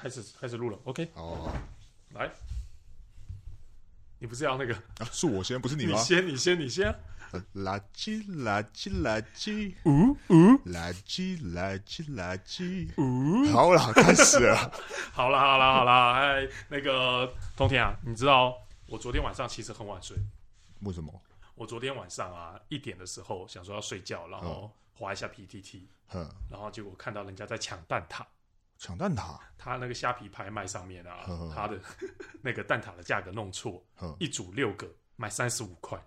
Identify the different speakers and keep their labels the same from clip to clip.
Speaker 1: 开始开始录了，OK，
Speaker 2: 哦，
Speaker 1: 来，你不是要那个？
Speaker 2: 啊是我先， 不是你吗？
Speaker 1: 先，你先，你先啊。
Speaker 2: 呃垃圾，垃圾，垃圾，
Speaker 1: 呜呜
Speaker 2: 垃圾，垃圾，垃圾。
Speaker 1: 呜！
Speaker 2: 好了，开始 了。
Speaker 1: 好啦好啦好啦，哎，那个冬天啊，你知道我昨天晚上其实很晚睡，
Speaker 2: 为什么？
Speaker 1: 我昨天晚上啊一点的时候想说要睡觉，然
Speaker 2: 哦
Speaker 1: 后划一下 PTT，
Speaker 2: 哼，
Speaker 1: 然后结果看到人家在抢蛋挞。
Speaker 2: 抢蛋挞。
Speaker 1: 他那个虾皮拍卖上面啊
Speaker 2: 嗯，
Speaker 1: 他的 那个蛋挞的价格弄错，
Speaker 2: 哼，
Speaker 1: 一组六个卖三十五块，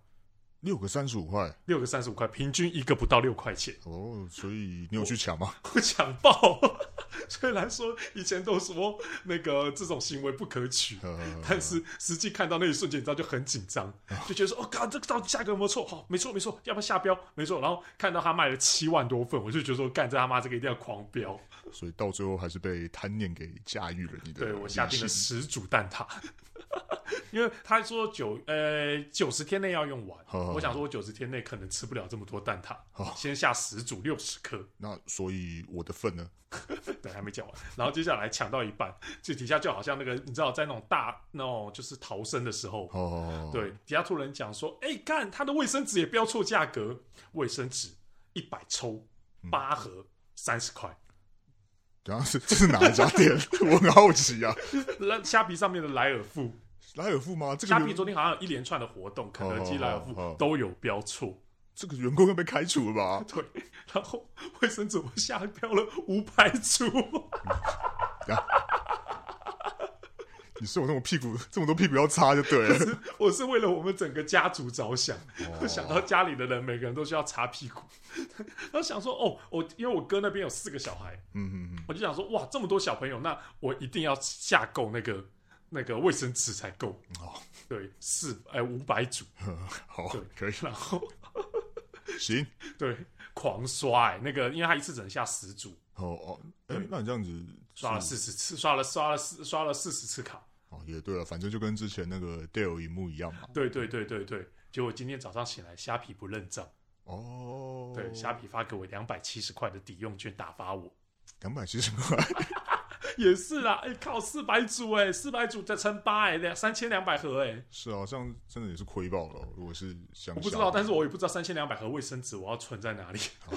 Speaker 2: 六个三十五块。
Speaker 1: 六个三十五块，平均一个不到六块钱，
Speaker 2: 哦，所以你有去抢吗？
Speaker 1: 我抢爆。 虽然说以前都说那个这种行为不可取，
Speaker 2: 呃，
Speaker 1: 但是实际看到那一瞬间，你知道就很紧张，就觉得说，哦，靠，这个到底价格有没有错？好、没错，没错，要不要下标？没错。然后看到他卖了七万多份，我就觉得说，干这他妈这个一定要狂标。
Speaker 2: 所以到最后还是被贪念给驾驭了你的理
Speaker 1: 对
Speaker 2: 性。
Speaker 1: 我下定了十组蛋挞， 因为他说九呃九十天内要用完，
Speaker 2: 好好好
Speaker 1: 我想说我九十天内可能吃不了这么多蛋挞，
Speaker 2: 好
Speaker 1: 先下十组六十颗，
Speaker 2: 那所以我的份呢？
Speaker 1: 对，还没讲完。然后接下来抢到一半，这底下就好像那个你知道在那种大那种就是逃生的时候，
Speaker 2: 哦，，
Speaker 1: 对，底下突然讲说，哎、干他的卫生纸也标错价格，卫生纸一百抽
Speaker 2: 嗯
Speaker 1: 八盒三十块。
Speaker 2: 等一下是 这是哪一家店？我很好奇啊。
Speaker 1: 那虾皮上面的莱尔富，
Speaker 2: 莱尔富吗？这
Speaker 1: 虾
Speaker 2: 个哦
Speaker 1: 皮
Speaker 2: 员
Speaker 1: 昨天好像有一连串的活动，肯德基、莱尔
Speaker 2: 好好
Speaker 1: 富
Speaker 2: 好
Speaker 1: 都有标错。
Speaker 2: 这个员工要被开除了吧？
Speaker 1: 对，然后卫生纸我下标了五百组，
Speaker 2: 你是有那种屁股这么多屁股要擦就对了。
Speaker 1: 我是为了我们整个家族着想，
Speaker 2: 哦
Speaker 1: 想到家里的人每个人都需要擦屁股， 然后想说哦，我因为我哥那边有四个小孩，
Speaker 2: 嗯嗯嗯，
Speaker 1: 我就想说哇，这么多小朋友，那我一定要下够那个那个卫生纸才够。
Speaker 2: 哦，
Speaker 1: 对，四哎五百组，
Speaker 2: 好
Speaker 1: 对，
Speaker 2: 可以，
Speaker 1: 然后
Speaker 2: 行。
Speaker 1: 对狂刷哎、那个因为他一次只能下十组，
Speaker 2: 哦哦，哎、那你这样子
Speaker 1: 刷了四十次，刷了刷了四刷了四十次卡。
Speaker 2: 哦，也对了，反正就跟之前那个 Dale 一幕一样嘛。
Speaker 1: 对对对对对，结果今天早上醒来，虾皮不认账，
Speaker 2: 哦，
Speaker 1: 对，虾皮发给我两百七十块的抵用券打发我，
Speaker 2: 两百七十块，
Speaker 1: 也是啦，哎、靠，四百组哎、四百组再乘八哎、两三千两百盒哎、
Speaker 2: 是啊，这样真的也是亏爆了。如果是想，
Speaker 1: 我不知道，但是我也不知道三千两百盒卫生纸我要存在哪里。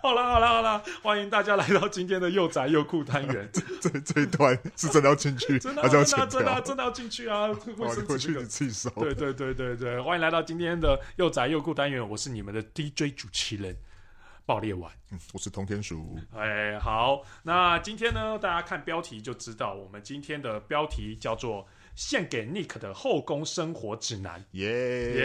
Speaker 1: 好啦好啦好啦，欢迎大家来到今天的又宅又酷单元，
Speaker 2: 这这一段是真的要进 去，
Speaker 1: 真的
Speaker 2: 还
Speaker 1: 啊
Speaker 2: 是
Speaker 1: 真的
Speaker 2: 要
Speaker 1: 啊
Speaker 2: 剪
Speaker 1: 真的啊
Speaker 2: 掉？
Speaker 1: 真的要进去啊，卫
Speaker 2: 哦你
Speaker 1: 生纸
Speaker 2: 回
Speaker 1: 这
Speaker 2: 去
Speaker 1: 个
Speaker 2: 你自己收。
Speaker 1: 对对对对对，欢迎来到今天的又宅又酷单元，我是你们的 DJ 主持人爆裂丸。
Speaker 2: 嗯我是通天鼠，
Speaker 1: 哎，好，那今天呢，大家看标题就知道，我们今天的标题叫做《献给 Nick 的后宫生活指南》。
Speaker 2: 耶！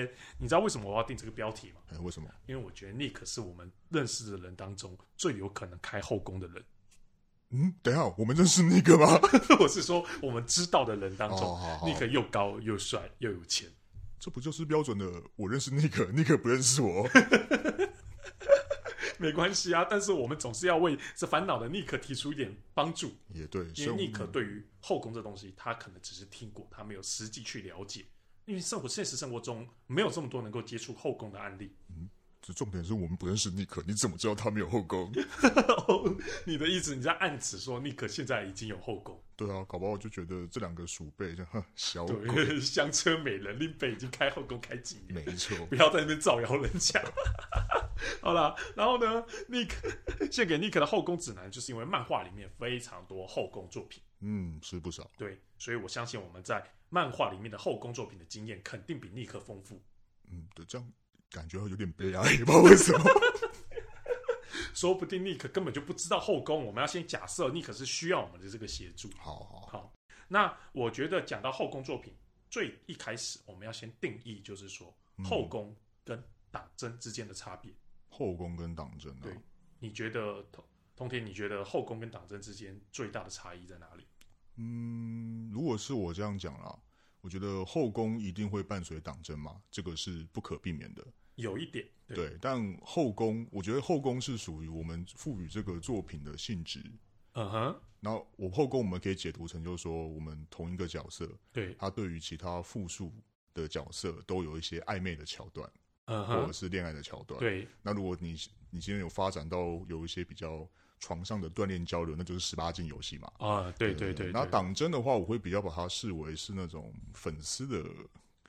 Speaker 1: 耶、你知道为什么我要定这个标题吗？
Speaker 2: 哎，为什么？
Speaker 1: 因为我觉得 Nick 是我们认识的人当中最有可能开后宫的人。
Speaker 2: 嗯，等一下，我们认识那个吗？
Speaker 1: 我是说，我们知道的人当中、
Speaker 2: 哦好好
Speaker 1: n i c k 又高又帅又有钱。
Speaker 2: 这不就是标准的我认识那个， 那个不认 识我？
Speaker 1: 没关系啊，但是我们总是要为这烦恼的 Nick 提出一点帮助，
Speaker 2: 也对，
Speaker 1: 因为
Speaker 2: 所以
Speaker 1: Nick 对于后宫这东西，他可能只是听过，他没有实际去了解。因为生活现实生活中没有这么多能够接触后宫的案例。
Speaker 2: 这重点是我们不认识尼克，你怎么知道他没有后宫？
Speaker 1: 你的意思你在暗指说 Nick 现在已经有后宫，
Speaker 2: 对啊，搞不好就觉得这两个鼠辈，就哼 小鬼，
Speaker 1: 对，香车美人林北已经开后宫开几年，
Speaker 2: 没错。
Speaker 1: 不要在那边造谣人家。 好啦，然后呢，Nick 献给 Nick 的后宫指南，就是因为漫画里面非常多后宫作品。
Speaker 2: 嗯，是不少。
Speaker 1: 对，所以我相信我们在漫画里面的后宫作品的经验肯定比尼克丰富。
Speaker 2: 嗯，对，这样感觉有点悲哀， 不知道为什 么。
Speaker 1: 说不定尼克根本就不知道后宫，我们要先假设尼克是需要我们的这个协助。
Speaker 2: 好好，
Speaker 1: 好，那我觉得讲到后宫作品，最一开始我们要先定义，就是说
Speaker 2: 嗯
Speaker 1: 后宫跟党争之间的差别。
Speaker 2: 后宫跟党争啊
Speaker 1: 对，你觉得通通天，你觉得后宫跟党争之间最大的差异在哪里？
Speaker 2: 嗯，如果是我这样讲啦，我觉得后宫一定会伴随党争嘛，这个是不可避免的。
Speaker 1: 有一点，对，
Speaker 2: 对，但后宫，我觉得后宫是属于我们赋予这个作品的性质。
Speaker 1: 嗯哼，
Speaker 2: 然后我后宫我们可以解读成，就是说我们同一个角色，
Speaker 1: 对，
Speaker 2: 他对于其他复数的角色都有一些暧昧的桥段，
Speaker 1: 嗯
Speaker 2: 或者
Speaker 1: 哼，
Speaker 2: 是恋爱的桥段。
Speaker 1: 对，
Speaker 2: 那如果你你今天有发展到有一些比较床上的锻炼交流，那就是十八禁游戏嘛。
Speaker 1: 啊，对对对，
Speaker 2: 那
Speaker 1: 对
Speaker 2: 党争的话，我会比较把它视为是那种粉丝的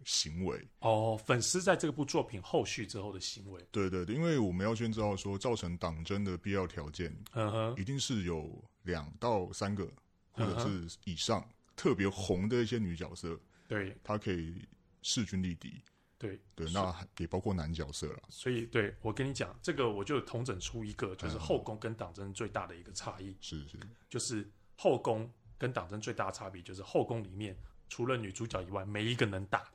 Speaker 2: 行为。
Speaker 1: 哦，粉丝在这部作品后续之后的行为，
Speaker 2: 对对对，因为我们要先知道说，造成党争的必要条件，
Speaker 1: 嗯哼，
Speaker 2: 一定是有两到三个，或者
Speaker 1: 嗯
Speaker 2: 是以上特别红的一些女角色，
Speaker 1: 对
Speaker 2: 她可以势均力敌。
Speaker 1: 对，
Speaker 2: 对，
Speaker 1: 是
Speaker 2: 那还也包括男角色了。
Speaker 1: 所以对我跟你讲，这个我就统整出一个，就是
Speaker 2: 嗯
Speaker 1: 后宫跟党争最大的一个差异，
Speaker 2: 是是，
Speaker 1: 就是后宫跟党争最大的差别就是后宫里面除了女主角以外，没一个能打，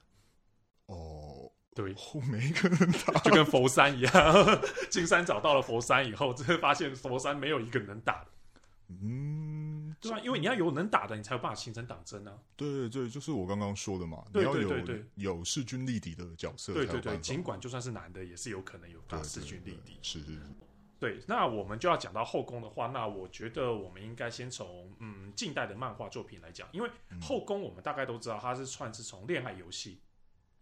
Speaker 2: 哦，
Speaker 1: 对，
Speaker 2: 后面一个 人打，
Speaker 1: 就跟佛山一样， 金山找到了佛山以后，这发现佛山没有一个能打的，
Speaker 2: 嗯，
Speaker 1: 对啊，因为你要有能打的，你才有办法形成党争啊，
Speaker 2: 对对对，就是我刚刚说的嘛，
Speaker 1: 对
Speaker 2: 你要
Speaker 1: 对
Speaker 2: 有
Speaker 1: 对对
Speaker 2: 有势均力敌的角色才
Speaker 1: 对
Speaker 2: 有
Speaker 1: 对
Speaker 2: 办法
Speaker 1: 对，尽管就算是男的，也是有可能有
Speaker 2: 对
Speaker 1: 打势
Speaker 2: 对
Speaker 1: 均
Speaker 2: 对
Speaker 1: 力敌。
Speaker 2: 是是是，
Speaker 1: 对，那我们就要讲到后宫的话，那我觉得我们应该先从嗯近代的漫画作品来讲，因为
Speaker 2: 嗯
Speaker 1: 后宫我们大概都知道它是算是从恋爱游戏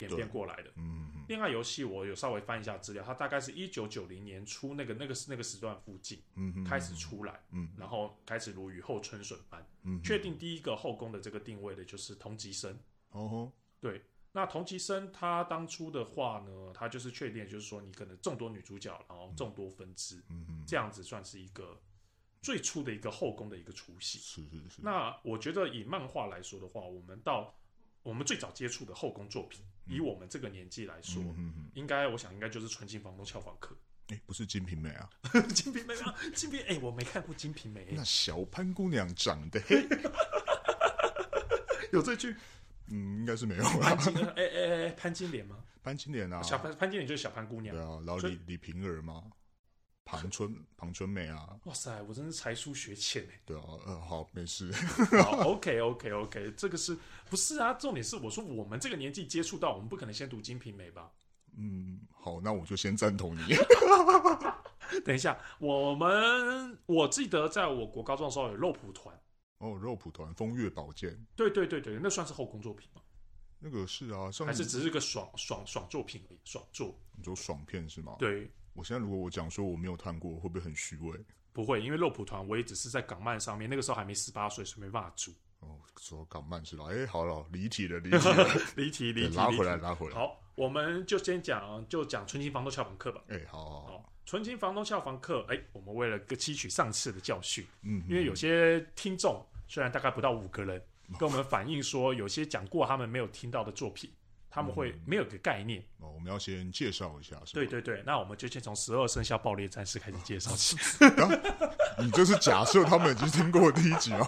Speaker 1: 演变
Speaker 2: 对
Speaker 1: 过来的。
Speaker 2: 嗯嗯
Speaker 1: 恋爱游戏我有稍微翻一下资料，它大概是一九九零年初那个那个那个时段附近
Speaker 2: 嗯嗯，
Speaker 1: 开始出来，
Speaker 2: 嗯，
Speaker 1: 然后开始如雨后春笋般。
Speaker 2: 嗯，嗯
Speaker 1: 确，定第一个后宫的这个定位的就是同级生。
Speaker 2: 哦吼，
Speaker 1: 对，那同级生他当初的话呢，他就是确定就是说你可能众多女主角，然后众多分支。
Speaker 2: 嗯嗯，
Speaker 1: 这样子算是一个最初的一个后宫的一个雏形。
Speaker 2: 是是是，
Speaker 1: 那我觉得以漫画来说的话，我们到我们最早接触的后宫作品，以我们这个年纪来说，
Speaker 2: 嗯嗯嗯，
Speaker 1: 应该我想应该就是《纯情房东俏房 客
Speaker 2: 哎，不是《金瓶梅》啊，》
Speaker 1: 《金瓶梅》吗？《金瓶》哎、我没看过《金瓶梅》
Speaker 2: 那小潘姑娘长 得，
Speaker 1: 有这句
Speaker 2: 嗯，应该是没有
Speaker 1: 潘
Speaker 2: 啊，
Speaker 1: 金哎哎哎哎潘金莲吗？
Speaker 2: 潘金莲啊，
Speaker 1: 小潘潘金莲就是小潘姑娘
Speaker 2: 对。啊，然后
Speaker 1: 所
Speaker 2: 李李瓶儿嘛，庞春庞春梅啊，
Speaker 1: 哇塞，我真是才疏学浅哎、
Speaker 2: 对啊，呃，好，没事，
Speaker 1: 好，OK OK OK，这个是不是啊？重点是我说我们这个年纪接触到，我们不可能先读《金瓶梅》吧？
Speaker 2: 嗯，好，那我就先赞 同你，
Speaker 1: 等一下，我们我记得在我国高中的时候有肉蒲团，
Speaker 2: 哦，肉蒲团风月宝剑。
Speaker 1: 对对对对，那算是后宫作品吗？
Speaker 2: 那个是啊，上
Speaker 1: 还是只是个爽爽爽作品而已，爽作？
Speaker 2: 你说爽片是吗？，
Speaker 1: 对，
Speaker 2: 我现在如果我讲说我没有看过，会不会很虚伪？
Speaker 1: 不会，因为肉蒲团我也只是在港漫上面，那个时候还没十八岁，所以没办法租。
Speaker 2: 哦，说港漫是吧？哎、好了，离题了，离题了，
Speaker 1: 离题 离
Speaker 2: 对
Speaker 1: 题，
Speaker 2: 拉
Speaker 1: 离
Speaker 2: 回
Speaker 1: 题
Speaker 2: 来，。拉回来。
Speaker 1: 好，我们就先讲，就讲《纯情房东俏房客》吧。
Speaker 2: 哎、好好好，
Speaker 1: 好，《纯情房东俏房客》，哎，我们为了吸取上次的教训，
Speaker 2: 嗯，
Speaker 1: 因为有些听众虽然大概不到五个人，跟我们反映说，有些讲过他们没有听到的作品，他们会没有个概念。
Speaker 2: 哦，我们要先介绍一下，是吧？
Speaker 1: 对对对，那我们就先从十二生肖爆裂战士开始介绍 起。
Speaker 2: 你这是假设他们已经听过第一集 啊。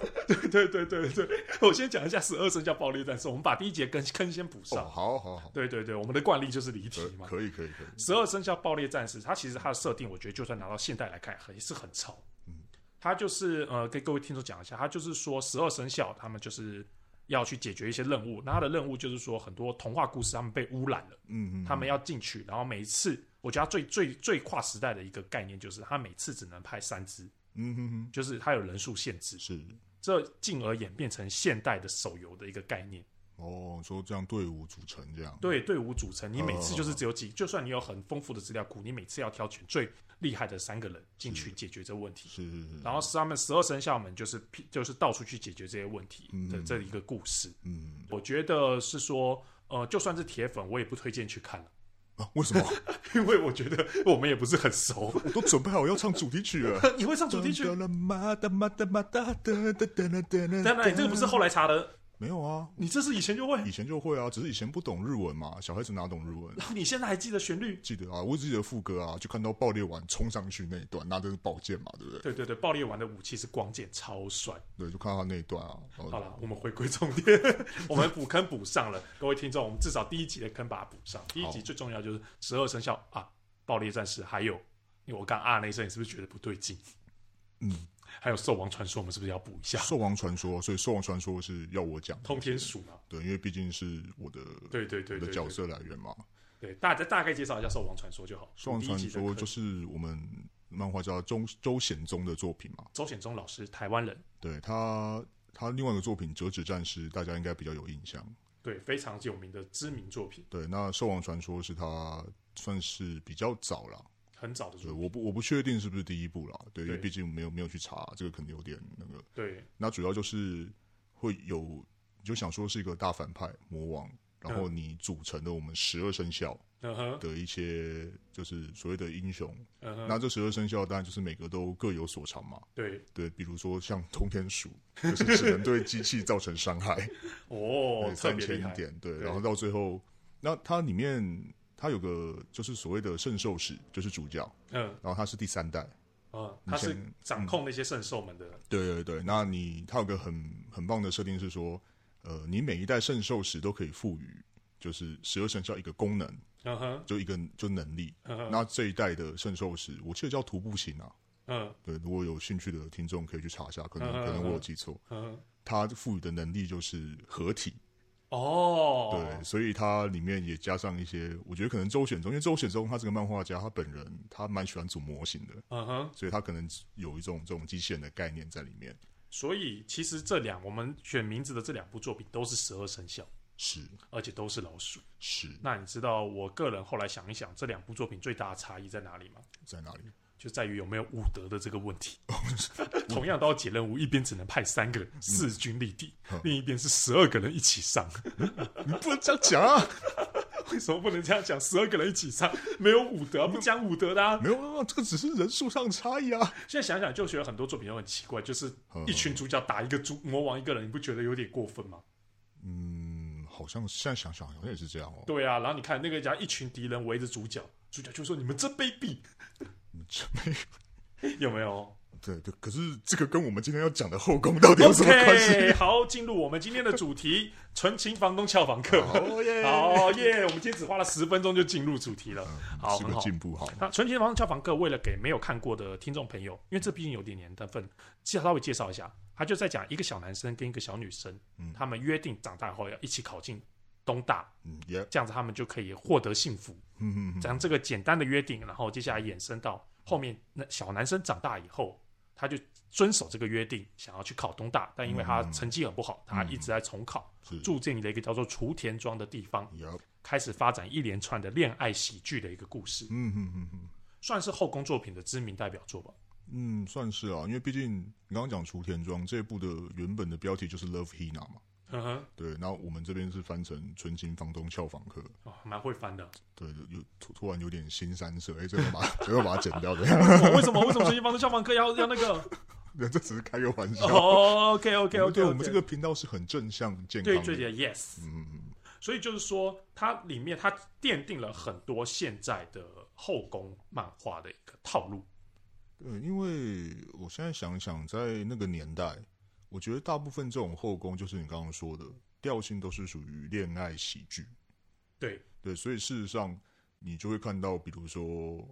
Speaker 1: 对对对对，我先讲一下十二生肖爆裂战士，我们把第一节跟坑先补上。
Speaker 2: 哦，好好好，
Speaker 1: 对对对，我们的惯例就是离题
Speaker 2: 可
Speaker 1: 嘛。
Speaker 2: 可以可以可以，
Speaker 1: 十二生肖爆裂战士，它其实它的设定，我觉得就算拿到现代来看，很是很潮。
Speaker 2: 嗯
Speaker 1: 它就是呃，跟各位听众讲一下，它就是说十二生肖他们就是要去解决一些任务，那它的任务就是说很多童话故事他们被污染了，
Speaker 2: 嗯嗯，
Speaker 1: 他们要进去，然后每一次我觉得它最最最跨时代的一个概念就是，它每次只能派三只，
Speaker 2: 嗯哼哼，
Speaker 1: 就是它有人数限制，
Speaker 2: 是
Speaker 1: 这进而演变成现代的手游的一个概念。
Speaker 2: 哦，说这样队伍组成这样，，
Speaker 1: 对队伍组成，你每次就是只有几，就算你有很丰富的资料库，你每次要挑选最厉害的三个人进去解决这个问题。
Speaker 2: 是是是，
Speaker 1: 然后他们十二生肖们就是就是到处去解决这些问题的
Speaker 2: 嗯
Speaker 1: 这一个故事，
Speaker 2: 嗯，
Speaker 1: 我觉得是说，呃，就算是铁粉，我也不推荐去看了，
Speaker 2: 啊为什么
Speaker 1: 因为我觉得我们也不是很熟。
Speaker 2: 我都准备好要唱主题曲了？
Speaker 1: 你会唱 主题曲？
Speaker 2: 嘛哒嘛哒嘛哒哒哒哒哒哒
Speaker 1: 当然，你这个不是后来查的，
Speaker 2: 没有啊，
Speaker 1: 你这是以前就会，
Speaker 2: 以前就会啊，只是以前不懂日文嘛，小孩子哪懂日文？
Speaker 1: 然后你现在还记得旋律？
Speaker 2: 记得啊，我只记得副歌啊，就看到爆裂丸冲上去那一段，拿着宝剑嘛，对不对？
Speaker 1: 对对对，爆裂丸的武器是光剑，超帅。
Speaker 2: 对，就看到那一段啊。然后
Speaker 1: 好了，我们回归重点， 我们补坑补上了，各位听众，我们至少第一集的坑把它补上。第一集最重要就是十二生肖啊，爆裂战士，还有因为我刚啊那一声，你是不是觉得不对劲？
Speaker 2: 嗯，
Speaker 1: 还有兽王传说，我们是不是要补一下？
Speaker 2: 兽王传说，所以兽王传说是要我讲的，
Speaker 1: 通天鼠嘛，
Speaker 2: 对，因为毕竟是我的
Speaker 1: 对对对
Speaker 2: 我的
Speaker 1: 对
Speaker 2: 角
Speaker 1: 对，
Speaker 2: 色来源嘛。
Speaker 1: 对大家大概介绍一下兽王传说就好。
Speaker 2: 兽王
Speaker 1: 第一
Speaker 2: 传
Speaker 1: 集的
Speaker 2: 说
Speaker 1: 坑
Speaker 2: 就是我们漫画家周周显宗的作品嘛，
Speaker 1: 周显宗老师，台湾人，
Speaker 2: 对他他另外一个作品《折纸战士》，大家应该比较有印象。
Speaker 1: 对，非常有名的知名作品。
Speaker 2: 对，那《兽王传说》是他算是比较早了，
Speaker 1: 很早的
Speaker 2: 对，
Speaker 1: 作品。
Speaker 2: 我不我不确定是不是第一部啦，对，因为
Speaker 1: 对
Speaker 2: 毕竟没有没有去查，这个可能有点那个。
Speaker 1: 对，
Speaker 2: 那主要就是会有，你就想说是一个大反派魔王，然后你组成的我们十二生肖
Speaker 1: 嗯哼，
Speaker 2: 的一些就是所谓的英雄。
Speaker 1: 嗯哼，
Speaker 2: 那这十二生肖当然就是每个都各有所长嘛，
Speaker 1: 对，
Speaker 2: 对，比如说像通天鼠，就是只能对机器造成伤害，
Speaker 1: 哦
Speaker 2: 对，
Speaker 1: 特
Speaker 2: 三
Speaker 1: 别厉
Speaker 2: 千
Speaker 1: 害，
Speaker 2: 点，对，
Speaker 1: 对
Speaker 2: 然后到最后，那它里面它有个就是所谓的圣兽史，就是主教，
Speaker 1: 嗯
Speaker 2: 然后他是第三代。
Speaker 1: 嗯，
Speaker 2: 以
Speaker 1: 他是
Speaker 2: 前
Speaker 1: 掌控那些圣兽们的，
Speaker 2: 对对对，那你它有个很很棒的设定是说，呃，你每一代圣兽时都可以赋予，就是十二生肖一个功能，
Speaker 1: 嗯哼，
Speaker 2: 就一个就能力。
Speaker 1: 嗯哼，
Speaker 2: 那这一代的圣兽时，我记得叫徒步行啊。
Speaker 1: 嗯
Speaker 2: 对，如果有兴趣的听众可以去查一下，可能
Speaker 1: 嗯嗯嗯
Speaker 2: 可能我有记错。
Speaker 1: 嗯哼，
Speaker 2: 它赋予的能力就是合体，
Speaker 1: 哦，
Speaker 2: 对，所以它里面也加上一些，我觉得可能周选中，因为周选中他这个漫画家，他本人他蛮喜欢组模型的，
Speaker 1: 嗯哼，
Speaker 2: 所以他可能有一种这种机器人的概念在里面。
Speaker 1: 所以其实这两我们选名字的这两部作品都是十二生肖，
Speaker 2: 是
Speaker 1: 而且都是老鼠。
Speaker 2: 是
Speaker 1: 那你知道我个人后来想一想，这两部作品最大的差异在哪里吗？
Speaker 2: 在哪里？
Speaker 1: 就在于有没有武德的这个问 题。同样都要解任务，一边只能派三个势均力敌，
Speaker 2: 嗯
Speaker 1: 另一边是十二个人一起上。
Speaker 2: 你不能这样讲啊！
Speaker 1: 为什么不能这样讲？十二个人一起上，没有武德，不讲武德的、啊。
Speaker 2: 没有没有没有，这个只是人数上的差异啊。
Speaker 1: 现在想想，就觉得很多作品都很奇怪，就是一群主角打一个主魔王一个人，你不觉得有点过分吗？
Speaker 2: 嗯，好像现在想想好像也是这样哦。
Speaker 1: 对啊，然后你看那个讲一群敌人围着主角，主角就说：“你们真卑鄙
Speaker 2: 嗯这没！”
Speaker 1: 有没 有
Speaker 2: 对对，可是这个跟我们今天要讲的后宫到底有什么关系？
Speaker 1: ？OK，好，进入我们今天的主题：纯情房东俏房客。
Speaker 2: 好 耶，
Speaker 1: 好耶！我们今天只花了十分钟就进入主题了，好，
Speaker 2: 嗯是
Speaker 1: 很
Speaker 2: 个
Speaker 1: 好。
Speaker 2: 进步，好。
Speaker 1: 那《纯情房俏房客》为了给没有看过的听众朋友，因为这毕竟有点年代份，介稍微介绍一下，他就在讲一个小男生跟一个小女生，
Speaker 2: 嗯
Speaker 1: 他们约定长大后要一起考进东大，
Speaker 2: 嗯，耶，
Speaker 1: 这样子他们就可以获得幸福。
Speaker 2: 嗯嗯嗯，
Speaker 1: 将这个简单的约定，然后接下来衍生到后面，那小男生长大以后，他就遵守这个约定，想要去考东大，但因为他
Speaker 2: 嗯
Speaker 1: 成绩很不好，他一直在重考，
Speaker 2: 是
Speaker 1: 住进了一个叫做雏田庄的地方，
Speaker 2: 耶，
Speaker 1: 开始发展一连串的恋爱喜剧的一个故事，
Speaker 2: 嗯嗯嗯嗯
Speaker 1: 算是后宫作品的知名代表作吧。
Speaker 2: 嗯，算是啊，因为毕竟你刚刚讲《雏田庄》这一部的原本的标题就是《Love Hina》嘛，
Speaker 1: 呵呵，
Speaker 2: 对，然后我们这边是翻成《纯情房东俏房客》，
Speaker 1: 哦，蛮会翻的。
Speaker 2: 对，有突突然有点新三色，哎，这个把 这个把它剪掉的，
Speaker 1: 哦为什么？为什么《纯情房东消防课要要那个？
Speaker 2: 这只是开个玩笑。
Speaker 1: 哦，OK OK
Speaker 2: 我们
Speaker 1: OK，
Speaker 2: 对我们这个频道是很正向健康
Speaker 1: 对
Speaker 2: 的，
Speaker 1: 对对，Yes。
Speaker 2: 嗯嗯
Speaker 1: 所以就是说，它里面它奠定了很多现在的后宫漫画的一个套路。
Speaker 2: 嗯，对，因为我现在想一想，在那个年代，我觉得大部分这种后宫，就是你刚刚说的调性，都是属于恋爱喜剧，
Speaker 1: 对，
Speaker 2: 对，所以事实上你就会看到，比如说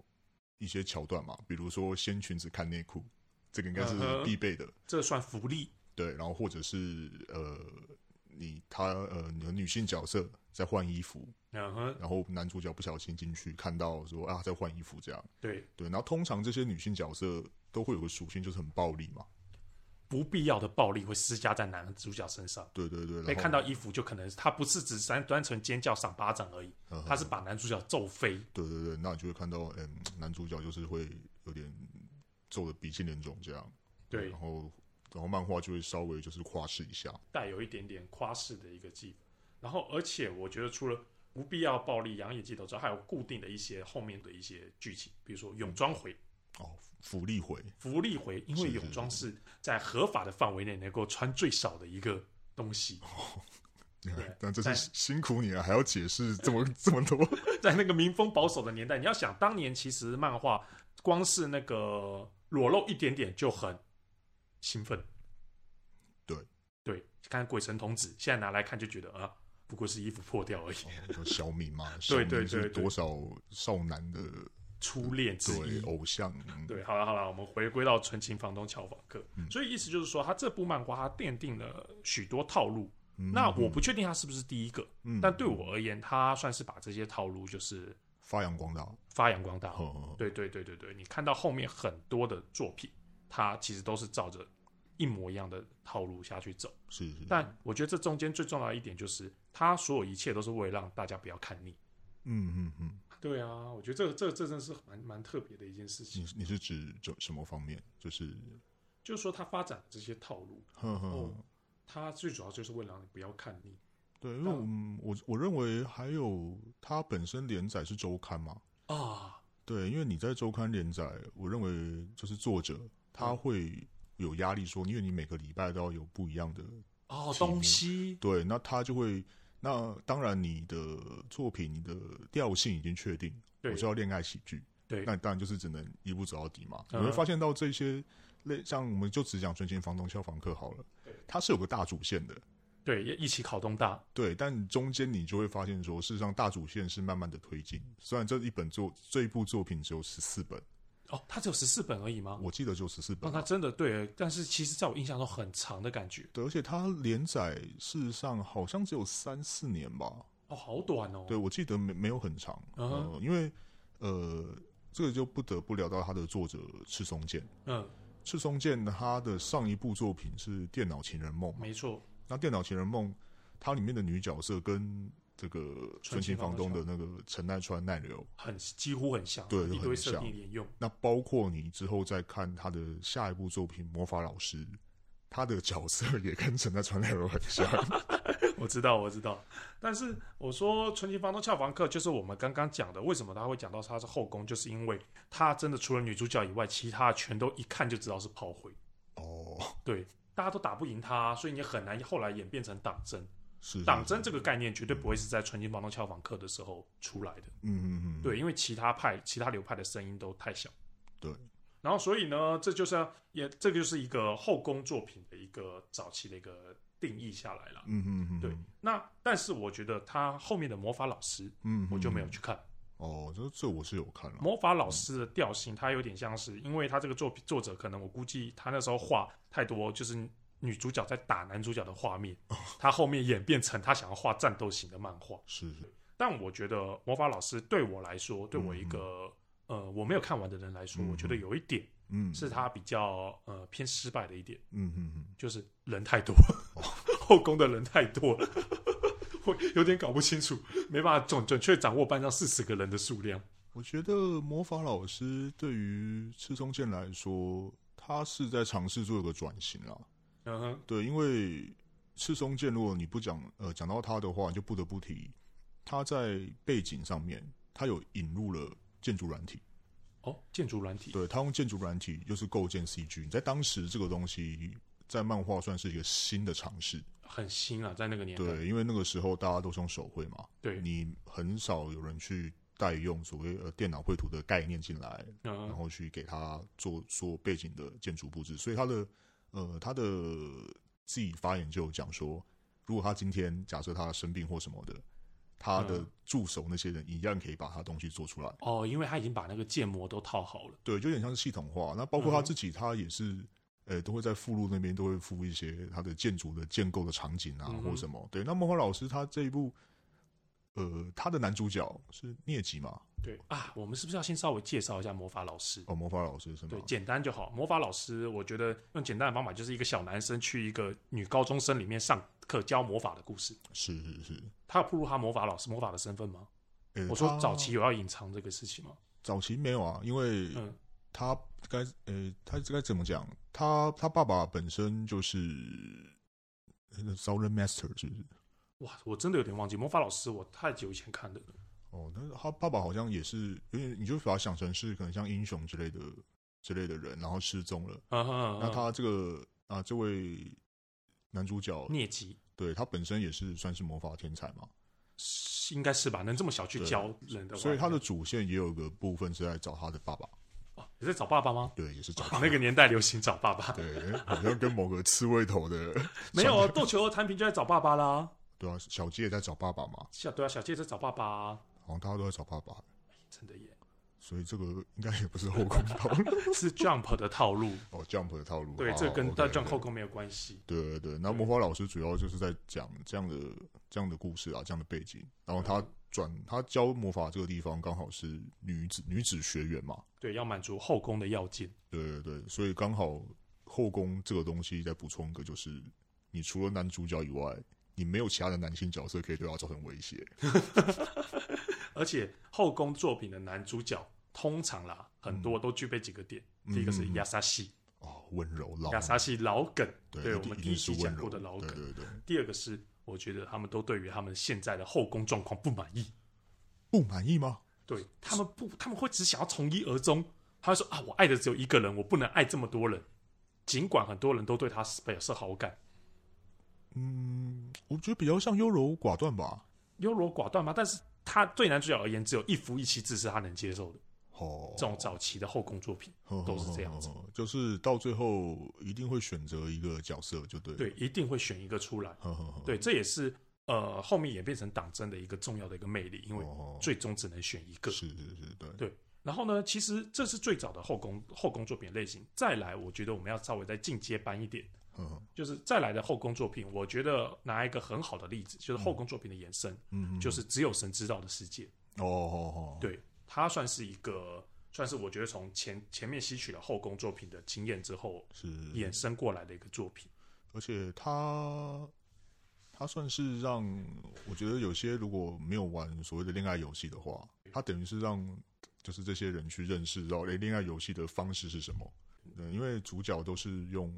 Speaker 2: 一些桥段嘛，比如说掀裙子看内裤，这个应该是
Speaker 1: 嗯哼
Speaker 2: 必备的，
Speaker 1: 这算福利。
Speaker 2: 对，然后或者是呃，你他呃，你的女性角色在换衣服，
Speaker 1: 嗯哼，
Speaker 2: 然后男主角不小心进去看到说啊，在换衣服这样。
Speaker 1: 对，
Speaker 2: 对，然后通常这些女性角色都会有个属性，就是很暴力嘛。
Speaker 1: 不必要的暴力会施加在男主角身上。
Speaker 2: 对对对，然
Speaker 1: 被
Speaker 2: 后
Speaker 1: 看到衣服就可能他不是只单单纯尖叫、赏巴掌而已，
Speaker 2: 嗯
Speaker 1: 他是把男主角揍飞。
Speaker 2: 对对对，那你就会看到，嗯，男主角就是会有点皱的鼻青脸肿这样。
Speaker 1: 对
Speaker 2: 然，后然后漫画就会稍微就是夸饰一下。
Speaker 1: 带有一点点夸饰的一个技法。然后，而且我觉得除了不必要暴力、养眼技能之外，还有固定的一些后面的一些剧情，比如说泳装回、
Speaker 2: 哦，福利回，
Speaker 1: 福利回，因为
Speaker 2: 是是
Speaker 1: 泳装是在合法的范围内能够穿最少的一个东西，
Speaker 2: 但这
Speaker 1: 但
Speaker 2: 是辛苦你了，还要解释这么这么多。
Speaker 1: 在那个民风保守的年代，你要想当年其实漫画光是那个裸露一点点就很兴奋，
Speaker 2: 对
Speaker 1: 对，看鬼神童子现在拿来看就觉得啊，不过是衣服破掉而已，
Speaker 2: 有小米嘛，
Speaker 1: 对对
Speaker 2: 小米
Speaker 1: 对
Speaker 2: 是
Speaker 1: 对
Speaker 2: 多少少男的
Speaker 1: 初恋之一
Speaker 2: 对。偶像，嗯
Speaker 1: 对，好了好了，我们回归到《纯情房东俏房客》所以意思就是说，他这部漫画它奠定了许多套路。那我不确定他是不是第一个，
Speaker 2: 嗯
Speaker 1: 但对我而言，他算是把这些套路就是
Speaker 2: 发扬光大。
Speaker 1: 发扬光大。
Speaker 2: 呵呵呵
Speaker 1: 对对对对对，你看到后面很多的作品，它其实都是照着一模一样的套路下去走。
Speaker 2: 是是，
Speaker 1: 但我觉得这中间最重要的一点就是，它所有一切都是为了让大家不要看腻。
Speaker 2: 嗯嗯嗯，
Speaker 1: 对啊，我觉得这这这真是蛮蛮特别的一件事情。
Speaker 2: 你你是指这什么方面？就是，
Speaker 1: 就是说他发展这些套路，
Speaker 2: 呵呵
Speaker 1: 哦他最主要就是为了让你不要看腻。
Speaker 2: 对，因为我们我我认为还有它本身连载是周刊嘛，
Speaker 1: 啊，
Speaker 2: 对，因为你在周刊连载，我认为就是作者他会有压力说，因为你每个礼拜都要有不一样的，
Speaker 1: 哦，
Speaker 2: 题目
Speaker 1: 东西，
Speaker 2: 对，那他就会，那当然你的作品你的调性已经确定，
Speaker 1: 对
Speaker 2: 我是要恋爱喜剧，
Speaker 1: 对
Speaker 2: 那你当然就是只能一步走到底嘛。
Speaker 1: 嗯
Speaker 2: 你会发现到这些类，像我们就只讲《纯情房东》《消防客》好了
Speaker 1: 对，
Speaker 2: 它是有个大主线的，
Speaker 1: 对，也一起考东大，
Speaker 2: 对，但中间你就会发现说，事实上大主线是慢慢的推进。虽然这一本作这一部作品只有十四本，
Speaker 1: 哦，他只有十四本而已吗？
Speaker 2: 我记得就十四
Speaker 1: 那
Speaker 2: 本
Speaker 1: 他。哦真的对，但是其实在我印象中很长的感觉，
Speaker 2: 对，而且它连载事实上好像只有三四年吧。
Speaker 1: 哦，好短哦，
Speaker 2: 对，我记得没没有很长。
Speaker 1: 嗯哼
Speaker 2: 呃，因为呃，这个就不得不聊到它的作者赤松健。
Speaker 1: 嗯，
Speaker 2: 赤松健他的上一部作品是《电脑情人梦》嘛？
Speaker 1: 没错，
Speaker 2: 那《电脑情人梦》它里面的女角色跟这个《
Speaker 1: 纯情
Speaker 2: 纯情
Speaker 1: 房
Speaker 2: 房
Speaker 1: 东
Speaker 2: 东》的那个陈奈川奈流
Speaker 1: 很几乎很像，
Speaker 2: 对
Speaker 1: 一
Speaker 2: 很
Speaker 1: 堆设
Speaker 2: 像
Speaker 1: 定连用，
Speaker 2: 那包括你之后再看他的下一部作品《魔法老师》，他的角色也跟陈在川奈柔很 像。
Speaker 1: 我知道，我知道。但是我说纯情房东俏房客，就是我们刚刚讲的，为什么他会讲到他是后宫，就是因为他真的除了女主角以外，其他全都一看就知道是炮灰，
Speaker 2: 哦，
Speaker 1: 对，大家都打不赢他，所以你很难后来演变成党争。
Speaker 2: 是
Speaker 1: 党
Speaker 2: 真，
Speaker 1: 争这个概念绝对不会是在纯情房东俏房客的时候出来的，
Speaker 2: 嗯嗯嗯，
Speaker 1: 对，因为其他派、其他流派的声音都太小。
Speaker 2: 对，
Speaker 1: 然后所以呢，这就是要也这个就是一个后宫作品的一个早期的一个定义下来了。
Speaker 2: 嗯嗯嗯，
Speaker 1: 对，那但是我觉得他后面的魔法老师，
Speaker 2: 嗯，
Speaker 1: 我就没有
Speaker 2: 嗯。嗯
Speaker 1: 去看。
Speaker 2: 哦，这这我是有看了。
Speaker 1: 魔法老师的调性，它有点像是，因为他这个作品作者可能我估计他那时候画太多，就是女主角在打男主角的画面，
Speaker 2: 哦
Speaker 1: 他后面演变成他想要画战斗型的漫画。
Speaker 2: 是是，
Speaker 1: 但我觉得魔法老师对我来说，对我一个、呃我没有看完的人来说，
Speaker 2: 嗯
Speaker 1: 我觉得有一点
Speaker 2: 嗯，
Speaker 1: 是他比较呃偏失败的一点。
Speaker 2: 嗯嗯嗯，
Speaker 1: 就是人太多，
Speaker 2: 哦
Speaker 1: 后宫的人太多 了，我有点搞不清楚，没办法准准确掌握班上四十个人的数量。
Speaker 2: 我觉得魔法老师对于赤松健来说，他是在尝试做一个转型啦。
Speaker 1: 嗯哼，
Speaker 2: 对，因为赤松健，如果你不讲呃讲到他的话，你就不得不提他在背景上面，他有引入了建筑软体，
Speaker 1: 哦，建筑软体，
Speaker 2: 对他用建筑软体就是构建 CG，在当时这个东西。在漫画算是一个新的尝试，
Speaker 1: 很新啊，在那个年代，
Speaker 2: 对，因为那个时候大家都是用手绘嘛，
Speaker 1: 对，
Speaker 2: 你很少有人去代用所谓呃电脑绘图的概念进来，然
Speaker 1: 嗯，
Speaker 2: 后去给他做做背景的建筑布置。所以他的呃他的自己发言就有讲说，如果他今天假设他生病或什么的，他的
Speaker 1: 嗯
Speaker 2: 助手那些人一样可以把他东西做出来。
Speaker 1: 哦，因为他已经把那个建模都套好了，
Speaker 2: 对，就有点像是系统化。那包括他
Speaker 1: 嗯
Speaker 2: 自己，他也是。呃，都会在附录那边都会附一些他的建筑的建构的场景啊，
Speaker 1: 嗯哼
Speaker 2: 或什么。对，那梦幻老师他这一部，呃，他的男主角是聂吉嘛？
Speaker 1: 对啊，我们是不是要先稍微介绍一下魔法老师？
Speaker 2: 哦，魔法老师是吗？
Speaker 1: 对，简单就好。魔法老师，我觉得用简单的方法，就是一个小男生去一个女高中生里面上课教魔法的故事。
Speaker 2: 是是是。
Speaker 1: 他有暴露他魔法老师魔法的身份吗？
Speaker 2: 呃
Speaker 1: 我说
Speaker 2: 他
Speaker 1: 早期有要隐藏这个事情吗？
Speaker 2: 早期没有啊，因为
Speaker 1: 嗯
Speaker 2: 他该呃，他该怎么讲？他他爸爸本身就是那个 Southern Master，是不是？
Speaker 1: 哇，我真的有点忘记魔法老师，我太久以前看的了。
Speaker 2: 哦，那他爸爸好像也是有点，你就把他想成是可能像英雄之类的之类的人，然后失踪了。
Speaker 1: 啊哈啊哈
Speaker 2: 那他这个啊，这位男主角，
Speaker 1: 疟疾
Speaker 2: 对他本身也是算是魔法天才嘛，
Speaker 1: 是应该是吧？能这么小去
Speaker 2: 对
Speaker 1: 教人的话，
Speaker 2: 所以他的主线也有个部分是在找他的爸爸，
Speaker 1: 哦你在找爸爸吗？
Speaker 2: 对，也是找他
Speaker 1: 那个年代流行找爸 爸，
Speaker 2: 对，好像跟某个刺猬头的
Speaker 1: 没有啊？斗球和弹平就在找爸爸啦。
Speaker 2: 对啊，小鸡也在找爸爸嘛，
Speaker 1: 小对啊，小杰在找爸爸啊，
Speaker 2: 好像大家都在找爸爸，
Speaker 1: 真的耶，
Speaker 2: 所以这个应该也不是后宫套路
Speaker 1: 是 Jump 的套路。
Speaker 2: 哦，Jump 的套路。
Speaker 1: 对，这跟
Speaker 2: 大
Speaker 1: 大 Jump 后宫没有关系。
Speaker 2: 对对对，那魔法老师主要就是在讲这样的这样的故事啊，这样的背景。然后他转他教魔法这个地方刚好是女子女子学员嘛，
Speaker 1: 对，要满足后宫的要件。
Speaker 2: 对对对，所以刚好后宫这个东西再补充一个，就是你除了男主角以外，你没有其他的男性角色可以对他造成威胁。
Speaker 1: 而且后宫作品的男主角通常啦，很多都具备几个点。
Speaker 2: 嗯
Speaker 1: 第一个是
Speaker 2: 嗯嗯
Speaker 1: 亚萨西，
Speaker 2: 哦，温柔老
Speaker 1: 亚萨西老梗，
Speaker 2: 对，
Speaker 1: 对
Speaker 2: 一
Speaker 1: 我
Speaker 2: 定
Speaker 1: 们
Speaker 2: 一
Speaker 1: 第一
Speaker 2: 定是
Speaker 1: 期
Speaker 2: 温
Speaker 1: 讲
Speaker 2: 柔
Speaker 1: 过的老
Speaker 2: 对
Speaker 1: 梗。
Speaker 2: 对对，
Speaker 1: 第二个是，我觉得他们都对于他们现在的后宫状况不满意，
Speaker 2: 不满意吗？
Speaker 1: 对他们不，他们会只想要从一而终。他会说啊，我爱的只有一个人，我不能爱这么多人。尽管很多人都对他表示好感，
Speaker 2: 嗯，我觉得比较像优柔寡断吧。
Speaker 1: 优柔寡断嘛，但是他对男主角而言，只有一夫一妻制是他能接受的。
Speaker 2: 哦，
Speaker 1: 这种早期的后宫作品，都是这样子
Speaker 2: 呵呵呵呵，就是到最后一定会选择一个角色，就对。
Speaker 1: 对，，一定会选一个出来。
Speaker 2: 呵呵呵，
Speaker 1: 对，这也是呃后面演变成党争的一个重要的一个魅力，因为
Speaker 2: 哦，
Speaker 1: 最终只能选一个。
Speaker 2: 是是是，对
Speaker 1: 对然后呢，其实这是最早的后宫后宫作品类型。再来，我觉得我们要稍微再进阶班一点，
Speaker 2: 呵呵
Speaker 1: 就是再来的后宫作品，我觉得拿一个很好的例子，就是后宫作品的延伸，
Speaker 2: 嗯，嗯
Speaker 1: 就是只有神知道的世界。
Speaker 2: 哦哦哦，
Speaker 1: 对，它算是一个，算是我觉得从前前面吸取了后宫作品的经验之后
Speaker 2: 是，
Speaker 1: 衍生过来的一个作品。
Speaker 2: 而且他他算是让我觉得有些如果没有玩所谓的恋爱游戏的话，他等于是让就是这些人去认识到，诶，恋爱游戏的方式是什么？嗯，因为主角都是用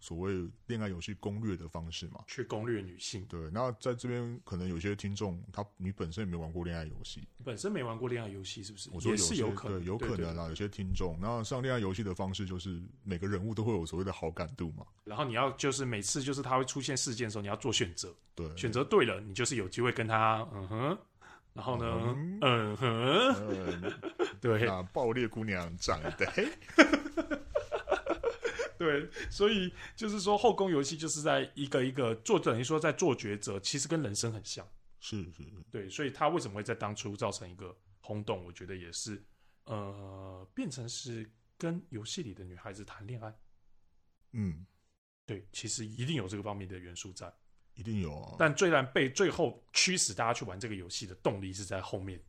Speaker 2: 所谓恋爱游戏攻略的方式嘛。
Speaker 1: 去攻略女性，
Speaker 2: 对，那在这边可能有些听众，他你本身也没玩过恋爱游戏，
Speaker 1: 本身没玩过恋爱游戏，是不是？
Speaker 2: 我说
Speaker 1: 也
Speaker 2: 些
Speaker 1: 是有可能，
Speaker 2: 对有可
Speaker 1: 对对
Speaker 2: 能啊啦。有些听众，那上恋爱游戏的方式就是每个人物都会有所谓的好感度嘛，
Speaker 1: 然后你要就是每次就是他会出现事件的时候，你要做选择，
Speaker 2: 对，
Speaker 1: 选择对了，你就是有机会跟他嗯哼，然后呢
Speaker 2: 嗯
Speaker 1: 嗯哼，
Speaker 2: 呃，
Speaker 1: 对
Speaker 2: 那爆裂姑娘长 得嘿
Speaker 1: 对，所以就是说后宫游戏就是在一个一个做，等于说在做抉择，其实跟人生很像。
Speaker 2: 是是是，
Speaker 1: 对，所以他为什么会在当初造成一个轰动？我觉得也是呃，变成是跟游戏里的女孩子谈恋爱，
Speaker 2: 嗯，
Speaker 1: 对，其实一定有这个方面的元素在。
Speaker 2: 一定有啊。
Speaker 1: 但最然被最后驱使大家去玩这个游戏的动力是在后面。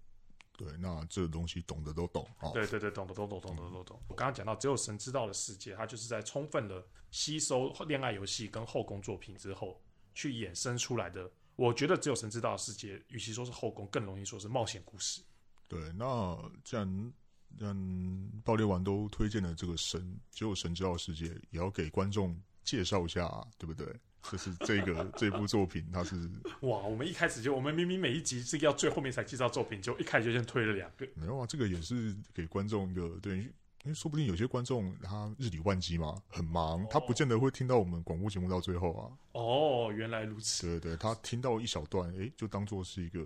Speaker 2: 对，那这个东西懂的都懂哦。
Speaker 1: 对对对，懂懂懂懂懂懂懂懂。我刚刚讲到，只有神知道的世界，它就是在充分的吸收恋爱游戏跟后宫作品之后，去衍生出来的。我觉得只有神知道的世界，与其说是后宫，更容易说是冒险故事。
Speaker 2: 对，那既然嗯爆裂丸都推荐了这个神，只有神知道的世界，也要给观众介绍一下、啊对不 对？就是这个这部作品，它是
Speaker 1: 哇，我们一开始就，我们明明每一集是要最后面才介绍作品，就一开始就先推了两个。
Speaker 2: 没有啊，这个也是给观众一个对，因为说不定有些观众他日理万机嘛，很忙，他不见得会听到我们广播节目到最后啊。
Speaker 1: 哦，原来如此。
Speaker 2: 对对对，他听到一小段，诶，就当做是一个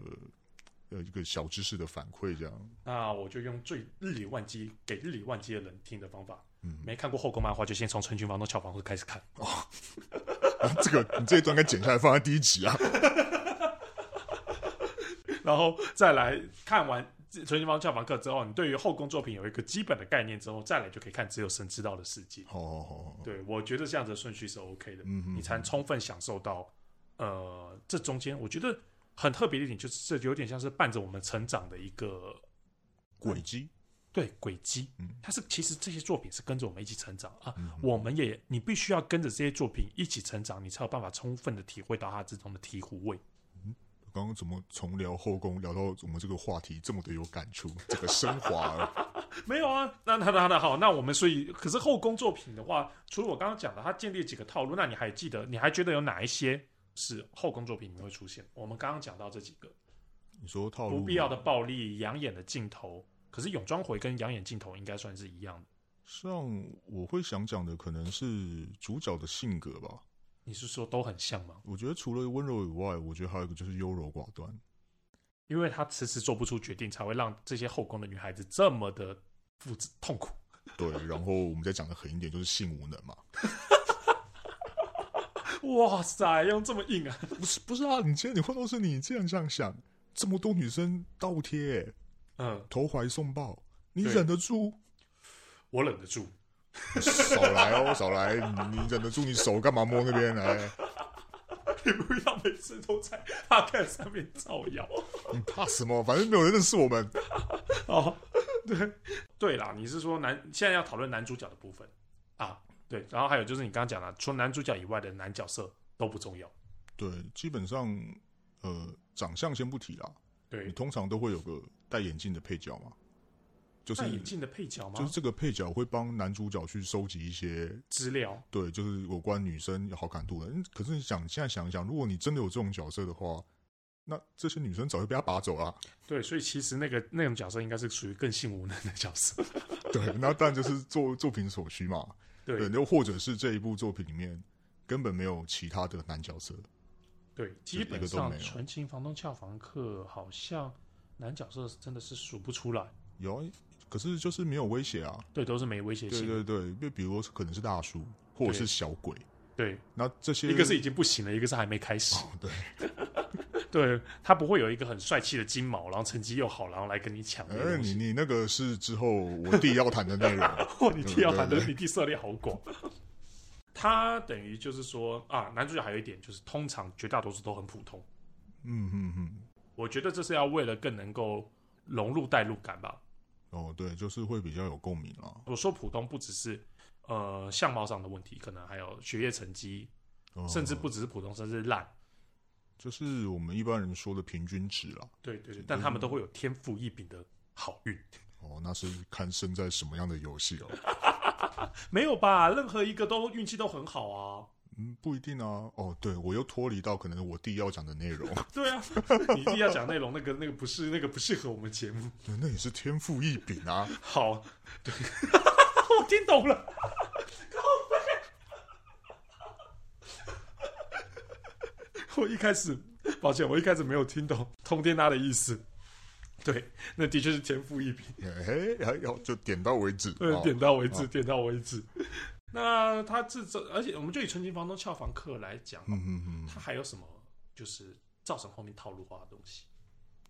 Speaker 2: 呃一个小知识的反馈这样。
Speaker 1: 那我就用最日理万机给日理万机的人听的方法。
Speaker 2: 嗯，
Speaker 1: 没看过后宫漫画，就先从《春群房东俏房客》开始看。
Speaker 2: 这个你这一段该剪下来放在第一集啊。
Speaker 1: 然后再来看完《纯情方俏房客》之后，你对于后宫作品有一个基本的概念之后，再来就可以看《只有神知道的世界》。
Speaker 2: 好好好好，
Speaker 1: 对，我觉得这样子的顺序是 OK 的，
Speaker 2: 嗯哼
Speaker 1: 你才能充分享受到。呃，这中间我觉得很特别的一点就是，这有点像是伴着我们成长的一个
Speaker 2: 轨迹，
Speaker 1: 对轨迹。
Speaker 2: 嗯
Speaker 1: 它是其实这些作品是跟着我们一起成长啊，
Speaker 2: 嗯哼
Speaker 1: 我们也你必须要跟着这些作品一起成长，你才有办法充分的体会到它之中的醍醐味。
Speaker 2: 刚刚怎么从聊后宫聊到我们这个话题这么的有感触， 这个升华了？
Speaker 1: 没有啊，那那那那好，那我们所以可是后宫作品的话，除了我刚刚讲的，它建立几个套路，那你还记得？你还觉得有哪一些是后宫作品里面会出现？我们刚刚讲到这几个
Speaker 2: 你说套路
Speaker 1: 不必要的暴力、养眼的镜头，可是泳装回跟养眼镜头应该算是一样的。
Speaker 2: 像我会想讲的可能是主角的性格吧。
Speaker 1: 你是说都很像吗？
Speaker 2: 我觉得除了温柔以外，我觉得还有一个就是优柔寡断。
Speaker 1: 因为他迟迟做不出决定，才会让这些后宫的女孩子这么的负痛苦。
Speaker 2: 对，然后我们再讲的狠一点，就是性无能嘛。
Speaker 1: 哇塞，用这么硬啊！
Speaker 2: 不是不是啊，你今天你换作是你这样这样想，这么多女生倒贴、
Speaker 1: 嗯，
Speaker 2: 投怀送抱，你
Speaker 1: 对
Speaker 2: 忍得住？
Speaker 1: 我忍得住。
Speaker 2: 少来哦， 少来！你你忍得住？你手干嘛摸那边哎来？
Speaker 1: 你不要每次都在 大概上面造谣。
Speaker 2: 你怕什么？反正没有人认识我们。
Speaker 1: 哦，对对啦，你是说男现在要讨论男主角的部分啊？对，然后还有就是你刚刚讲了，除了男主角以外的男角色都不重要，
Speaker 2: 对，基本上呃，长相先不提啦，你
Speaker 1: 对，
Speaker 2: 通常都会有个戴眼镜的配角嘛，就是
Speaker 1: 戴眼镜的配角吗？
Speaker 2: 就是这个配角会帮男主角去收集一些
Speaker 1: 资料，
Speaker 2: 对，就是有关女生好感度的。嗯可是你想，现在想一想，如果你真的有这种角色的话，那这些女生早就被他拔走了。啊
Speaker 1: 对，所以其实那个那种角色应该是属于更性无能的角 色。
Speaker 2: 对，那但就是作作品所需嘛。对，
Speaker 1: 对
Speaker 2: 又或者是这一部作品里面根本没有其他的男角色。
Speaker 1: 对，基
Speaker 2: 一
Speaker 1: 本
Speaker 2: 个都
Speaker 1: 上
Speaker 2: 没有
Speaker 1: 纯情房东俏房客好像男角色真的是数不出来，
Speaker 2: 有啊，可是就是没有威胁啊。
Speaker 1: 对，都是没威胁
Speaker 2: 对
Speaker 1: 性的。
Speaker 2: 对对，就比如说可能是大叔或者
Speaker 1: 对
Speaker 2: 是小鬼，
Speaker 1: 对，
Speaker 2: 那这些
Speaker 1: 一个是 已经不行了，一个是还没开始。
Speaker 2: 对
Speaker 1: 对他不会有一个很帅气的金毛，然后成绩又好，然后来跟你抢这个
Speaker 2: 呃，
Speaker 1: 东
Speaker 2: 你
Speaker 1: 西。
Speaker 2: 你那个是之后我弟要谈的内容。
Speaker 1: 哇，你替要谈的
Speaker 2: 对对对
Speaker 1: 你替涉猎好广。他等于就是说啊，男主角还有一点就是，通常绝大多数都很普通。
Speaker 2: 嗯嗯嗯，
Speaker 1: 我觉得这是要为了更能够融入代入感吧。
Speaker 2: 哦对，就是会比较有共鸣啊啦。
Speaker 1: 我说普通不只是呃相貌上的问题，可能还有学业成绩，
Speaker 2: 哦
Speaker 1: 甚至不只是普通，甚至烂。
Speaker 2: 就是我们一般人说的平均值啦。
Speaker 1: 对对对，但他们都会有天赋异禀的好运。
Speaker 2: 哦，那是看身在什么样的游戏哦。
Speaker 1: 没有吧？任何一个都运气都很好啊。
Speaker 2: 嗯，不一定啊。哦，对我又脱离到可能我弟要讲的内容，
Speaker 1: 对啊，你一定要讲内容，那个那个不是那个不适合我们节目。
Speaker 2: 对那也是天赋异禀啊。
Speaker 1: 好，对，我听懂了。 靠背我一开始，抱歉，我一开始没有听懂通天拉的意思。对，那的确是天赋异禀。
Speaker 2: 哎，还要就点到为止。
Speaker 1: 对，
Speaker 2: 哦
Speaker 1: 点到为止，
Speaker 2: 哦
Speaker 1: 点到为止。那他这这，而且我们就以纯情房东俏房客来讲，
Speaker 2: 嗯嗯嗯，
Speaker 1: 他还有什么就是造成后面套路化的东西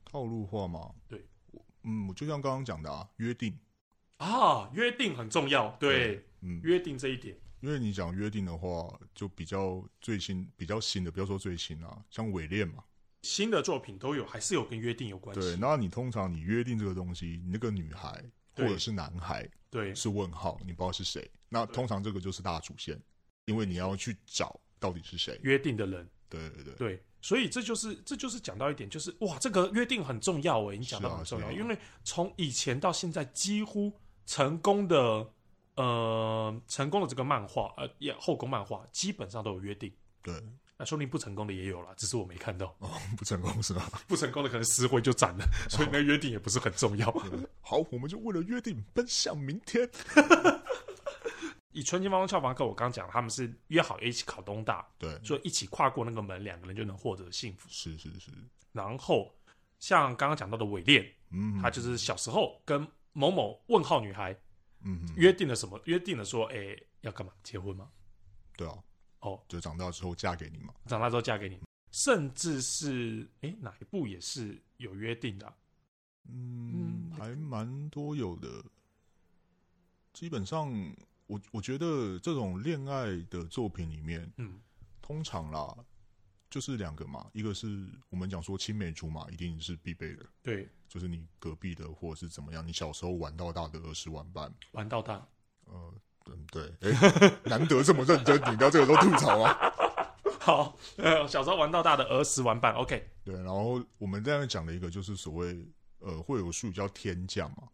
Speaker 2: 套路化嘛。
Speaker 1: 对
Speaker 2: 我，嗯，我就像刚刚讲的啊，约定。
Speaker 1: 啊？约定很重要，对，
Speaker 2: 嗯，
Speaker 1: 约定这一点，
Speaker 2: 因为你讲约定的话，就比较最新、比较新的，不要说最新啊，像伪恋嘛。
Speaker 1: 新的作品都有，啊还是有跟约定有关
Speaker 2: 对，
Speaker 1: 系。
Speaker 2: 那你通常你约定这个东西，你那个女孩或
Speaker 1: 对
Speaker 2: 者是男孩，
Speaker 1: 对
Speaker 2: 是问号，你不知道是谁。那
Speaker 1: 对
Speaker 2: 通常这个就是大主线，因为你要去找到底是谁。
Speaker 1: 约定的人，
Speaker 2: 对对对，
Speaker 1: 对，所以这就是这就是讲到一点，就是哇，这个约定很重要欸诶，你讲到
Speaker 2: 是啊
Speaker 1: 很重要，
Speaker 2: 是啊
Speaker 1: 因为从以前到现在，几乎成功的呃成功的这个漫画呃也后宫漫画基本上都有约定。
Speaker 2: 对，哦
Speaker 1: 那说不定不成功的也有啦，只是我没看到。
Speaker 2: 不成功是吧？
Speaker 1: 不成功的可能撕毁就斩了， 所以那个约定也不是很重要。
Speaker 2: 好，我们就为了约定奔向明天。
Speaker 1: 以纯情房东俏房客，我刚刚讲了，他们是约好一起考东大，
Speaker 2: 对，
Speaker 1: 所以一起跨过那个门，两个人就能获得幸福。
Speaker 2: 是是是，
Speaker 1: 然后像刚刚讲到的伪恋，
Speaker 2: 嗯，
Speaker 1: 他就是小时候跟某某问号女孩
Speaker 2: 嗯哼，
Speaker 1: 约定了什么？约定了说，哎、要干嘛？结婚吗？
Speaker 2: 对啊，
Speaker 1: 哦，
Speaker 2: 就长大之后嫁给你嘛。
Speaker 1: 长大之后嫁给你。甚至是哎、哪一部也是有约定的啊、
Speaker 2: 嗯
Speaker 1: 嗯，
Speaker 2: 还蛮多有的。基本上，我我觉得这种恋爱的作品里面，
Speaker 1: 嗯，
Speaker 2: 通常啦，就是两个嘛，一个是我们讲说青梅竹马，一定是必备的。
Speaker 1: 对，
Speaker 2: 就是你隔壁的或者是怎么样，你小时候玩到大的二十玩伴，
Speaker 1: 玩到大。
Speaker 2: 呃，嗯，对，诶 难得这么认真，你到这个时候吐槽啊？
Speaker 1: 好，呃，小时候玩到大的儿时玩伴，OK，
Speaker 2: 对，然后我们这样讲的一个就是所谓呃，会有术语叫天降嘛，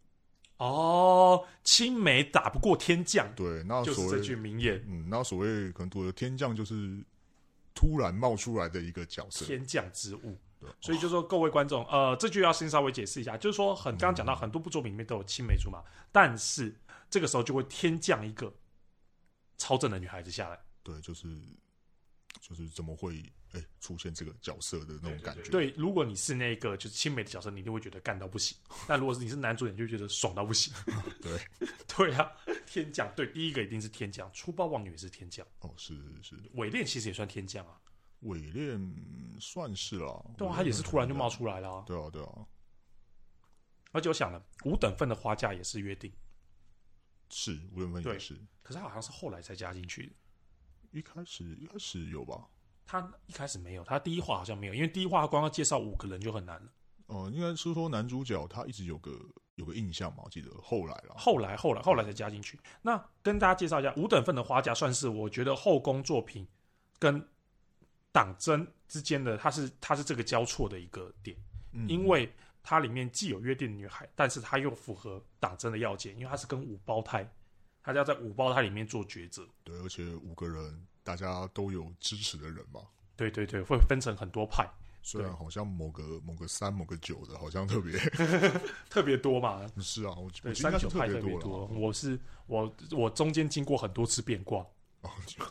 Speaker 1: 哦，青梅打不过天降，
Speaker 2: 对，那
Speaker 1: 就是
Speaker 2: 所
Speaker 1: 这句
Speaker 2: 谓
Speaker 1: 名言。
Speaker 2: 嗯，那所谓可能读的天降就是突然冒出来的一个角色，
Speaker 1: 天降之物
Speaker 2: 对。
Speaker 1: 所以就说各位观众，呃，这就要先稍微解释一下，就是说很刚刚讲到很多部作品里面都有青梅竹马，但是这个时候就会天降一个超正的女孩子下来，
Speaker 2: 对，就是就是怎么会哎、出现这个角色的那种感觉，
Speaker 1: 对，如果你是那个就是青梅的角色，你一定会觉得干到不 行；但如果是你是男主，你就觉得爽到不行。
Speaker 2: 对，
Speaker 1: 对啊，天降，对，第一个一定是天降，粗暴妄语也是天降，
Speaker 2: 哦，是是是，
Speaker 1: 伪恋其实也算天降啊，
Speaker 2: 伪恋嗯算是啦，
Speaker 1: 对啊，
Speaker 2: 伪
Speaker 1: 他
Speaker 2: 恋
Speaker 1: 也是突然就
Speaker 2: 很
Speaker 1: 冒出来了、啊。
Speaker 2: 对啊对啊，
Speaker 1: 而且我想了，五等份的花嫁也是约定，
Speaker 2: 是无人分也
Speaker 1: 对
Speaker 2: 是。
Speaker 1: 可是他好像是后来才加进去的。
Speaker 2: 一开始一开始有吧？
Speaker 1: 他一开始没有，他第一话好像没有，因为第一话光要介绍五个人就很难了。
Speaker 2: 哦、应该是说男主角他一直有个有个印象嘛，我记得后来啦。
Speaker 1: 后来，后来，后来才加进去。那跟大家介绍一下，五等份的花甲算是我觉得后宫作品跟党争之间的，它是它是这个交错的一个点，
Speaker 2: 嗯
Speaker 1: 因为它里面既有约定女孩，但是它又符合党争的要件，因为它是跟五胞胎，它要在五胞胎里面做抉择。
Speaker 2: 对，而且五个人大家都有支持的人嘛，
Speaker 1: 对对对，会分成很多派，
Speaker 2: 虽然
Speaker 1: 对
Speaker 2: 好像某个某个三某个九的，好像 特别
Speaker 1: 特别多嘛。
Speaker 2: 是啊，我觉我
Speaker 1: 对，
Speaker 2: 觉
Speaker 1: 三
Speaker 2: 得应该
Speaker 1: 九
Speaker 2: 是
Speaker 1: 派
Speaker 2: 别
Speaker 1: 特别
Speaker 2: 多
Speaker 1: 多
Speaker 2: 了。。哦
Speaker 1: 我是我我中间经过很多次变卦，
Speaker 2: 哦，就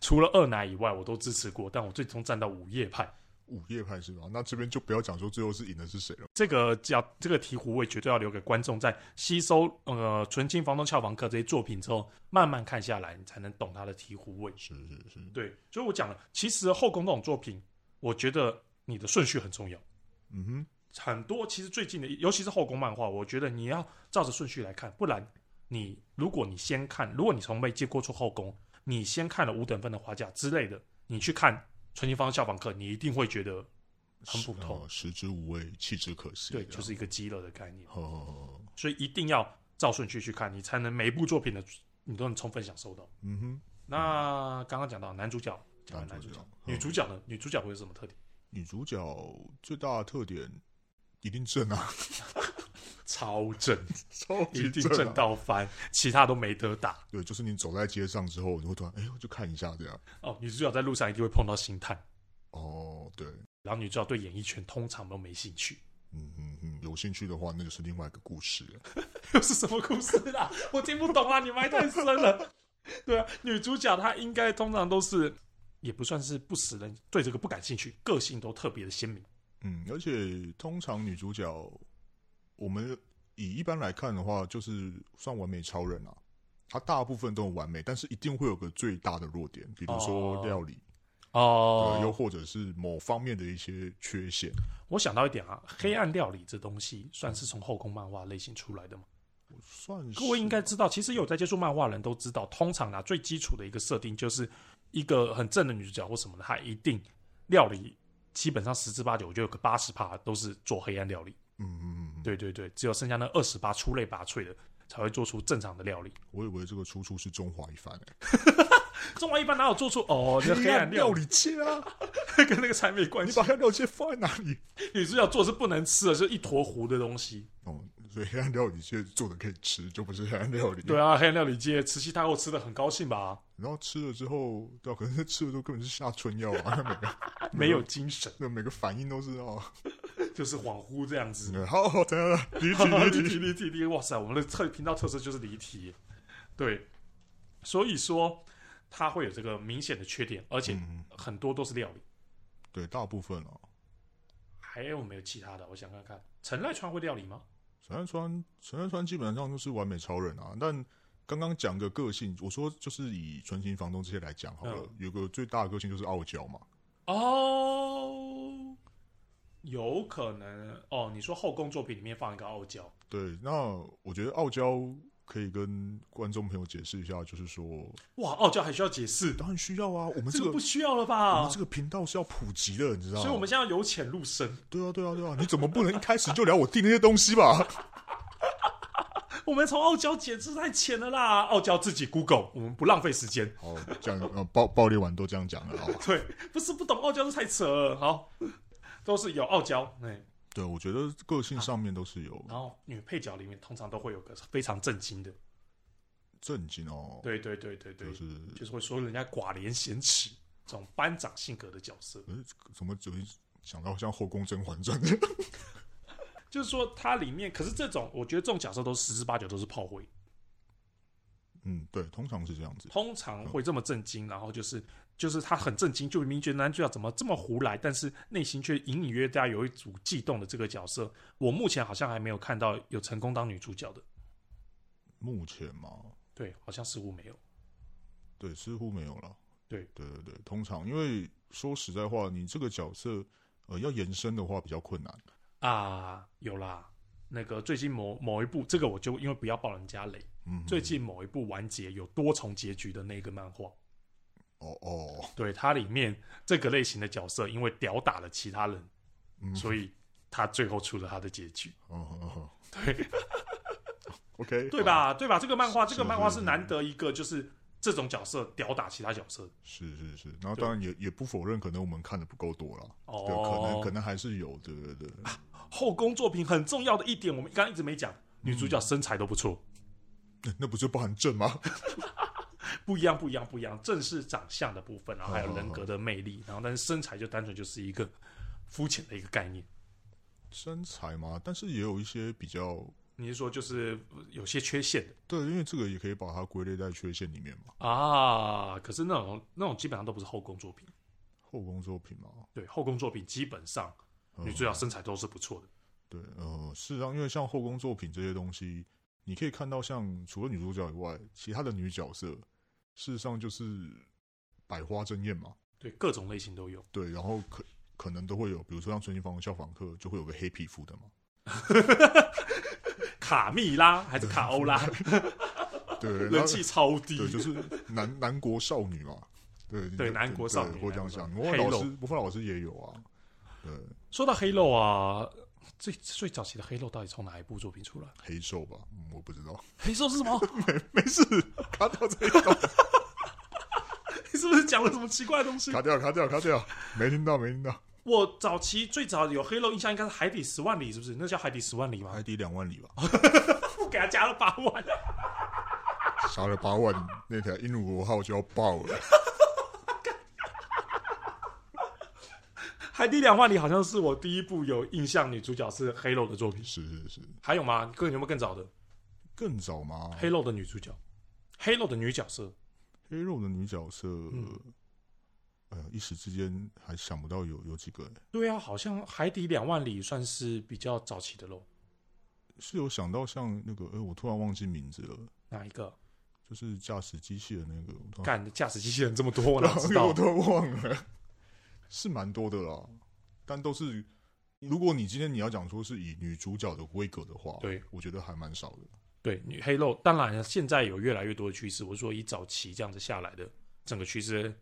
Speaker 1: 除了二奶以外，我都支持过，但我最终站到午夜派。
Speaker 2: 午夜派是吧？那这边就不要讲说最后是赢的是谁了。
Speaker 1: 这个叫这个题胡，我也绝对要留给观众在吸收呃《纯金房东俏房客》这些作品之后，慢慢看下来，你才能懂他的题胡味。
Speaker 2: 是是是，
Speaker 1: 对，所以我讲了，其实后宫这种作品，我觉得你的顺序很重要。
Speaker 2: 嗯哼，
Speaker 1: 很多其实最近的，尤其是后宫漫画，我觉得你要照着顺序来看，不然你如果你先看，如果你从没接过出后宫，你先看了五等分的花嫁之类的，你去看《纯情方效仿课》，你一定会觉得很普通
Speaker 2: 是啊食之无味，弃之可惜。
Speaker 1: 对，
Speaker 2: 这
Speaker 1: 就
Speaker 2: 样
Speaker 1: 哦是一哦个鸡肋的概念，
Speaker 2: 呵呵呵
Speaker 1: 所以一定要照顺序去看，你才能每一部作品的你都能充分享受到。
Speaker 2: 嗯哼，
Speaker 1: 那刚刚讲到男主角，讲嗯完男
Speaker 2: 男
Speaker 1: 主
Speaker 2: 主
Speaker 1: 角嗯
Speaker 2: 角，
Speaker 1: 女主角呢？女主角会有什么特点？
Speaker 2: 女主角最大的特点一定正啊，
Speaker 1: 超正，
Speaker 2: 超级
Speaker 1: 一定
Speaker 2: 正
Speaker 1: 正
Speaker 2: 啊。
Speaker 1: 到 翻，其他都没得打。
Speaker 2: 对，就是你走在街上之后，你会突然哎呦，就看一下这样。
Speaker 1: 哦，女主角在路上一定会碰到星探，
Speaker 2: 哦，对，
Speaker 1: 然后女主角对演艺圈通常都没兴趣，
Speaker 2: 嗯嗯嗯，有兴趣的话，那就是另外一个故事了。
Speaker 1: 又是什么故事啦？我听不懂啊，你埋太深了。对啊，女主角她应该通常都是，也不算是不死人，对这个不感兴趣，个性都特别的鲜明。
Speaker 2: 嗯，而且通常女主角，我们以一般来看的话，就是算完美超人啊。她大部分都很完美，但是一定会有个最大的弱点，比如
Speaker 1: 哦
Speaker 2: 说料理，
Speaker 1: 哦
Speaker 2: 呃又或者是某方面的一些缺陷。
Speaker 1: 我想到一点啊，黑暗料理这东西算是从后宫漫画类型出来的嘛？
Speaker 2: 算是嗯
Speaker 1: 各位应该知道，其实有在接触漫画的人都知道，通常啊最基础的一个设定就是一个很正的女主角或什么的，她一定料理基本上十之八九，我觉得有个八十趴都是做黑暗料理。
Speaker 2: 嗯嗯嗯，嗯，
Speaker 1: 对对对，只有剩下那二十八出类拔萃的才会做出正常的料 理。
Speaker 2: 我以为这个出处是中华一番、欸，
Speaker 1: 中华一般哪有做出哦，那黑暗料理
Speaker 2: 理界啊，
Speaker 1: 跟那个才没关
Speaker 2: 你
Speaker 1: 系
Speaker 2: 把。黑暗料理界放在哪里？
Speaker 1: 女主角做的是不能吃的，就是一坨糊的东西。
Speaker 2: 哦，所以黑暗料理界做的可以吃，就不是黑暗料理。
Speaker 1: 对啊，黑暗料理界慈禧太后吃的很高兴吧？
Speaker 2: 然后吃了之后，对、啊，可是吃了之后根本是下春药啊， 每个
Speaker 1: 没有精神，
Speaker 2: 那每个反应都是哦，
Speaker 1: 就是恍惚这样子。
Speaker 2: 嗯好，等一下离题
Speaker 1: 离
Speaker 2: 离
Speaker 1: 题
Speaker 2: 题，
Speaker 1: 离题离，哇塞！我们的特频道特色就是离题，对，所以说它会有这个明显的缺点，而且
Speaker 2: 嗯，
Speaker 1: 很多都是料理。
Speaker 2: 对，大部分啊，
Speaker 1: 还有没有其他的？我想看看，陈赖川会料理吗？
Speaker 2: 陈山川，陈山川基本上就是完美超人啊，但。刚刚讲个个性，我说就是以纯情房东这些来讲好了，
Speaker 1: 嗯
Speaker 2: 有个最大的个性就是傲娇嘛，
Speaker 1: 哦，有可能哦。你说后宫作品里面放一个傲娇，
Speaker 2: 对，那我觉得傲娇可以跟观众朋友解释一下，就是说，
Speaker 1: 哇，傲娇还需要解释？
Speaker 2: 当然需要啊，我们
Speaker 1: 这
Speaker 2: 这
Speaker 1: 个
Speaker 2: 个、
Speaker 1: 不需要了
Speaker 2: 我
Speaker 1: 吧
Speaker 2: 们？这个频道是要普及的，你知道吗？
Speaker 1: 所以我们现在由浅入深，
Speaker 2: 对啊，对啊，对啊，你怎么不能一开始就聊我订那些东西 吧？
Speaker 1: 我们从傲娇解释太浅了啦。傲娇自己 Google，我们不浪费时间。
Speaker 2: 好，这样呃爆爆裂完都这样讲了啊。
Speaker 1: 对，不是不懂傲娇是太扯了。好，都是有傲娇，哎、
Speaker 2: 对，我觉得个性上面都是有
Speaker 1: 然后女配角里面通常都会有个非常震惊的，
Speaker 2: 震惊哦，
Speaker 1: 对对对对对，
Speaker 2: 就是
Speaker 1: 就是会说人家寡廉鲜耻这种班长性格的角色。
Speaker 2: 呃怎么就想到像后宫甄嬛传，
Speaker 1: 就是说它里面，可是这种我觉得这种假设都十之八九都是炮灰，
Speaker 2: 嗯，对，通常是这样子。
Speaker 1: 通常会这么震惊，然后就是就是他很震惊，就明明觉得男主角怎么这么胡来，但是内心却隐隐约约大家有一组悸动的这个角色，我目前好像还没有看到有成功当女主角的，
Speaker 2: 目前嘛，
Speaker 1: 对，好像似乎没有。
Speaker 2: 对，似乎没有了。
Speaker 1: 对
Speaker 2: 对对对，通常因为说实在话，你这个角色呃要延伸的话比较困难。
Speaker 1: 啊，有啦，那个最近某某一部，这个我就因为不要爆人家雷，
Speaker 2: 嗯，
Speaker 1: 最近某一部完结有多重结局的那个漫画，
Speaker 2: 哦哦，
Speaker 1: 对它里面这个类型的角色，因为屌打了其他人，
Speaker 2: 嗯
Speaker 1: 所以他最后出了他的结局，
Speaker 2: 哦哦哦，对，OK， 哦
Speaker 1: 对？吧？对吧？这个漫画，
Speaker 2: 是
Speaker 1: 这个漫画
Speaker 2: 是
Speaker 1: 是难得一个就是这种角色吊打其他角色。
Speaker 2: 是是是，然后当然也也不否认，可能我们看的不够多了，对，可
Speaker 1: 哦
Speaker 2: 能可能还是有，对对对，
Speaker 1: 后宫作品很重要的一点，我们刚刚一直没讲，女主角身材都不错，
Speaker 2: 那那不就不很正吗？
Speaker 1: 不一样，不一样，不一样，正是长相的部分，然后还有
Speaker 2: 哦
Speaker 1: 人格的魅力，然后但是身材就单纯就是一个肤浅的一个概念。
Speaker 2: 身材嘛，但是也有一些比较，
Speaker 1: 你是说就是有些缺陷的
Speaker 2: 对，因为这个也可以把它归类在缺陷里面嘛，
Speaker 1: 啊？可是那种那种基本上都不是后宫作品，
Speaker 2: 后宫作品嘛，
Speaker 1: 对后宫作品基本上
Speaker 2: 嗯
Speaker 1: 女主角身材都是不错的。
Speaker 2: 对，呃，事实上，因为像后宫作品这些东西，你可以看到，像除了女主角以外，其他的女角色，事实上就是百花争艳嘛。
Speaker 1: 对各种类型都 有，
Speaker 2: 对，然后可可能都会有，比如说像春心房的效仿课，就会有个黑皮肤的嘛。
Speaker 1: 卡蜜拉还是卡 欧拉，
Speaker 2: 对，然
Speaker 1: 人
Speaker 2: 后
Speaker 1: 气超低，
Speaker 2: 对，就是 南南国少女嘛。对
Speaker 1: 对
Speaker 2: 就
Speaker 1: 南国少女
Speaker 2: 对会这样想。魔法
Speaker 1: 黑
Speaker 2: 老
Speaker 1: 肉
Speaker 2: 师，魔法老师也有啊。对，
Speaker 1: 说到黑肉啊，最最早期的黑肉到底从哪一部作品出来？
Speaker 2: 黑瘦吧、嗯我不知道。
Speaker 1: 黑肉是什么？
Speaker 2: 没事，卡掉这个，
Speaker 1: 你是不是讲了什么奇怪的东西？
Speaker 2: 卡掉，卡掉，卡掉，没听到，没听到。
Speaker 1: 我早期最早有黑肉印象应该是《海底十万里》，是不是？那叫《海底十万里》吗
Speaker 2: 海？底两万里吧。
Speaker 1: 不给他加了八万，
Speaker 2: 杀了八万，那条鹦鹉螺号就要爆 了。
Speaker 1: 海底两万里》好像是我第一部有印象女主角是黑肉的作品。
Speaker 2: 是是是，
Speaker 1: 还有吗？各位有没有更早的
Speaker 2: 更早吗？
Speaker 1: 黑肉的女主角？黑肉的女角色
Speaker 2: 黑肉的女角色，呃，一时之间还想不到有有几个、欸
Speaker 1: 对啊，好像《海底两万里》算是比较早期的喽。
Speaker 2: 是有想到像那个，哎、我突然忘记名字了，
Speaker 1: 哪一个？
Speaker 2: 就是驾驶机器的那个，我突然
Speaker 1: 干驾驶机器人这么多，我哪知道啊
Speaker 2: 我？都忘了，是蛮多的啦，但都是。如果你今天你要讲说是以女主角的规格的话，
Speaker 1: 对，
Speaker 2: 我觉得还蛮少的。
Speaker 1: 对，女黑肉当然现在有越来越多的趋势。我说以早期这样子下来的整个趋势，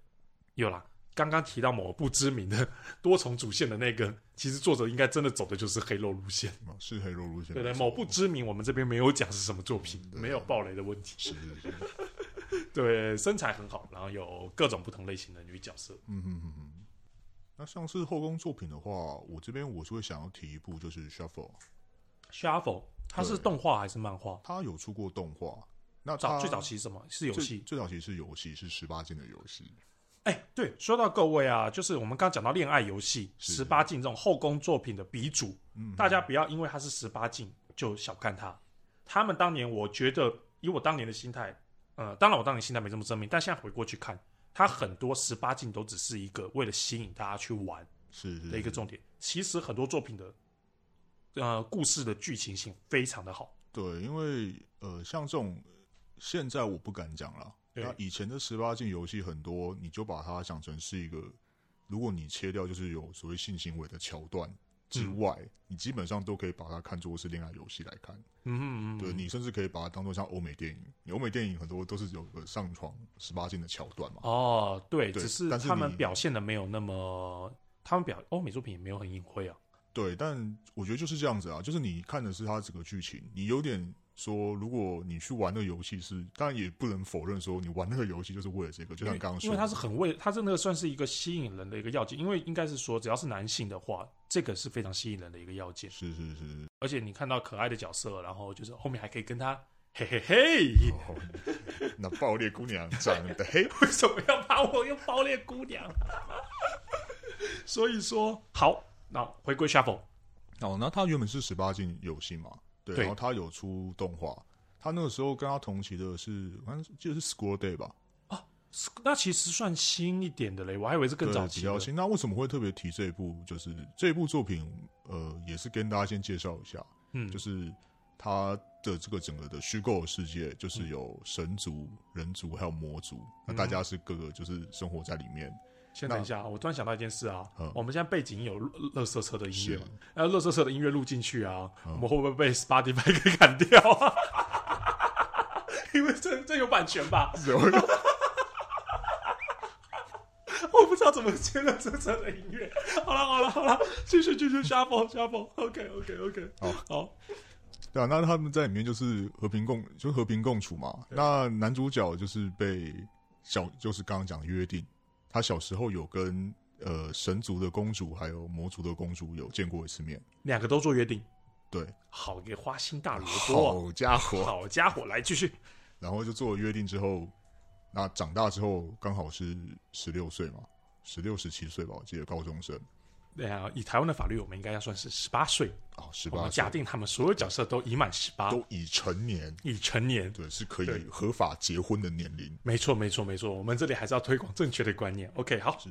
Speaker 1: 有啦。刚刚提到某不知名的多重主线的那个，其实作者应该真的走的就是黑肉路线。
Speaker 2: 啊是黑肉路线，
Speaker 1: 对对，
Speaker 2: 没
Speaker 1: 某
Speaker 2: 错
Speaker 1: 不知名，我们这边没有讲是什么作品，没有暴雷的问题。
Speaker 2: 是是是，
Speaker 1: 对，身材很好，然后有各种不同类型的女角色。
Speaker 2: 嗯哼哼哼。那像是后宫作品的话，我这边我就会想要提一部，就是《Shuffle》，
Speaker 1: Shuffle，它是
Speaker 2: 对
Speaker 1: 动画还是漫画？
Speaker 2: 它有出过动画。那它
Speaker 1: 早最早期是什么？是游
Speaker 2: 最
Speaker 1: 戏。
Speaker 2: 最早期是游戏，是十八禁的游戏。
Speaker 1: 哎，对，说到各位啊，就是我们刚刚讲到恋爱游戏、
Speaker 2: 是
Speaker 1: 十八禁这种后宫作品的鼻祖，
Speaker 2: 嗯，
Speaker 1: 大家不要因为它是十八禁就小看它。他们当年，我觉得以我当年的心态，呃，当然我当年心态没这么正面，但现在回过去看，它很多十八禁都只是一个为了吸引大家去玩
Speaker 2: 是是
Speaker 1: 的一个
Speaker 2: 是
Speaker 1: 重点。其实很多作品的，呃，故事的剧情性非常的好，
Speaker 2: 对，因为呃，像这种现在我不敢讲了。
Speaker 1: 对
Speaker 2: 那以前的十八禁游戏很多，你就把它想成是一个，如果你切掉就是有所谓性行为的桥段之
Speaker 1: 嗯
Speaker 2: 外，你基本上都可以把它看作是恋爱游戏来看。
Speaker 1: 嗯嗯嗯，
Speaker 2: 对你甚至可以把它当做像欧美电影，你欧美电影很多都是有个上床十八禁的桥段嘛。
Speaker 1: 哦，对，
Speaker 2: 对
Speaker 1: 只是
Speaker 2: 但是
Speaker 1: 他们
Speaker 2: 你
Speaker 1: 表现的没有那么，他们表欧美作品也没有很隐晦啊，
Speaker 2: 对，但我觉得就是这样子啊，就是你看的是它整个剧情，你有点说，如果你去玩那个游戏是，当然也不能否认说你玩那个游戏就是为了这个，就像刚
Speaker 1: 因
Speaker 2: 刚说
Speaker 1: 为
Speaker 2: 的，
Speaker 1: 它是很为它真的算是一个吸引人的一个要件，因为应该是说只要是男性的话，这个是非常吸引人的一个要件。
Speaker 2: 是是是，
Speaker 1: 而且你看到可爱的角色，然后就是后面还可以跟他嘿嘿嘿，
Speaker 2: 哦、那爆裂姑娘长得黑，
Speaker 1: 为什么要把我用爆裂姑娘？ 所以说好，那回归 shuffle
Speaker 2: 哦，那它原本是十八禁游戏嘛，对，
Speaker 1: 对
Speaker 2: 然后它有出动画，它那个时候跟它同期的是，我看记得是 School Day 吧，
Speaker 1: 那其实算新一点的嘞，我还以为是更
Speaker 2: 对
Speaker 1: 早
Speaker 2: 比
Speaker 1: 期的
Speaker 2: 较。新。那为什么会特别提这一部？就是这一部作品，呃，也是跟大家先介绍一下，
Speaker 1: 嗯，
Speaker 2: 就是它的这个整个的虚构世界，
Speaker 1: 嗯
Speaker 2: 就是有神族、人族还有魔族，那大家是各个就是生活在里面。
Speaker 1: 先等一下啊，我突然想到一件事啊，
Speaker 2: 嗯
Speaker 1: 我们现在背景有乐色车的音乐
Speaker 2: 是
Speaker 1: 嘛，那乐色车的音乐录进去啊，
Speaker 2: 嗯
Speaker 1: 我们会不会被 Spotify 给砍掉 啊？因为这 这有版权吧？我不知道怎么接乐色车的音乐。好了好了好了，继续继续 shuffle shuffle，OK OK OK，
Speaker 2: 好
Speaker 1: 好，
Speaker 2: 对啊，那他们在里面就是和平共，就是和平共处嘛。
Speaker 1: 对
Speaker 2: 那男主角就是被小，就是刚刚讲的约定，他小时候有跟呃神族的公主还有魔族的公主有见过一次面。
Speaker 1: 两个都做约定，
Speaker 2: 对，
Speaker 1: 好个花心大萝卜、
Speaker 2: 好家
Speaker 1: 啊，
Speaker 2: 伙！
Speaker 1: 好家伙，来继续，
Speaker 2: 然后就做了约定之后，那长大之后刚好是十六岁嘛，十六十七岁吧，我记得高中生
Speaker 1: 对啊，以台湾的法律，我们应该要算是十八岁，
Speaker 2: 啊，十
Speaker 1: 我
Speaker 2: 八
Speaker 1: 们哦假
Speaker 2: 岁
Speaker 1: 定他们所有角色都已满十八，
Speaker 2: 都已成年，
Speaker 1: 已成年。
Speaker 2: 对，是可
Speaker 1: 对
Speaker 2: 以合法结婚的年龄。
Speaker 1: 没错，没错，没错。我们这里还是要推广正确的观念。OK，好，
Speaker 2: 是，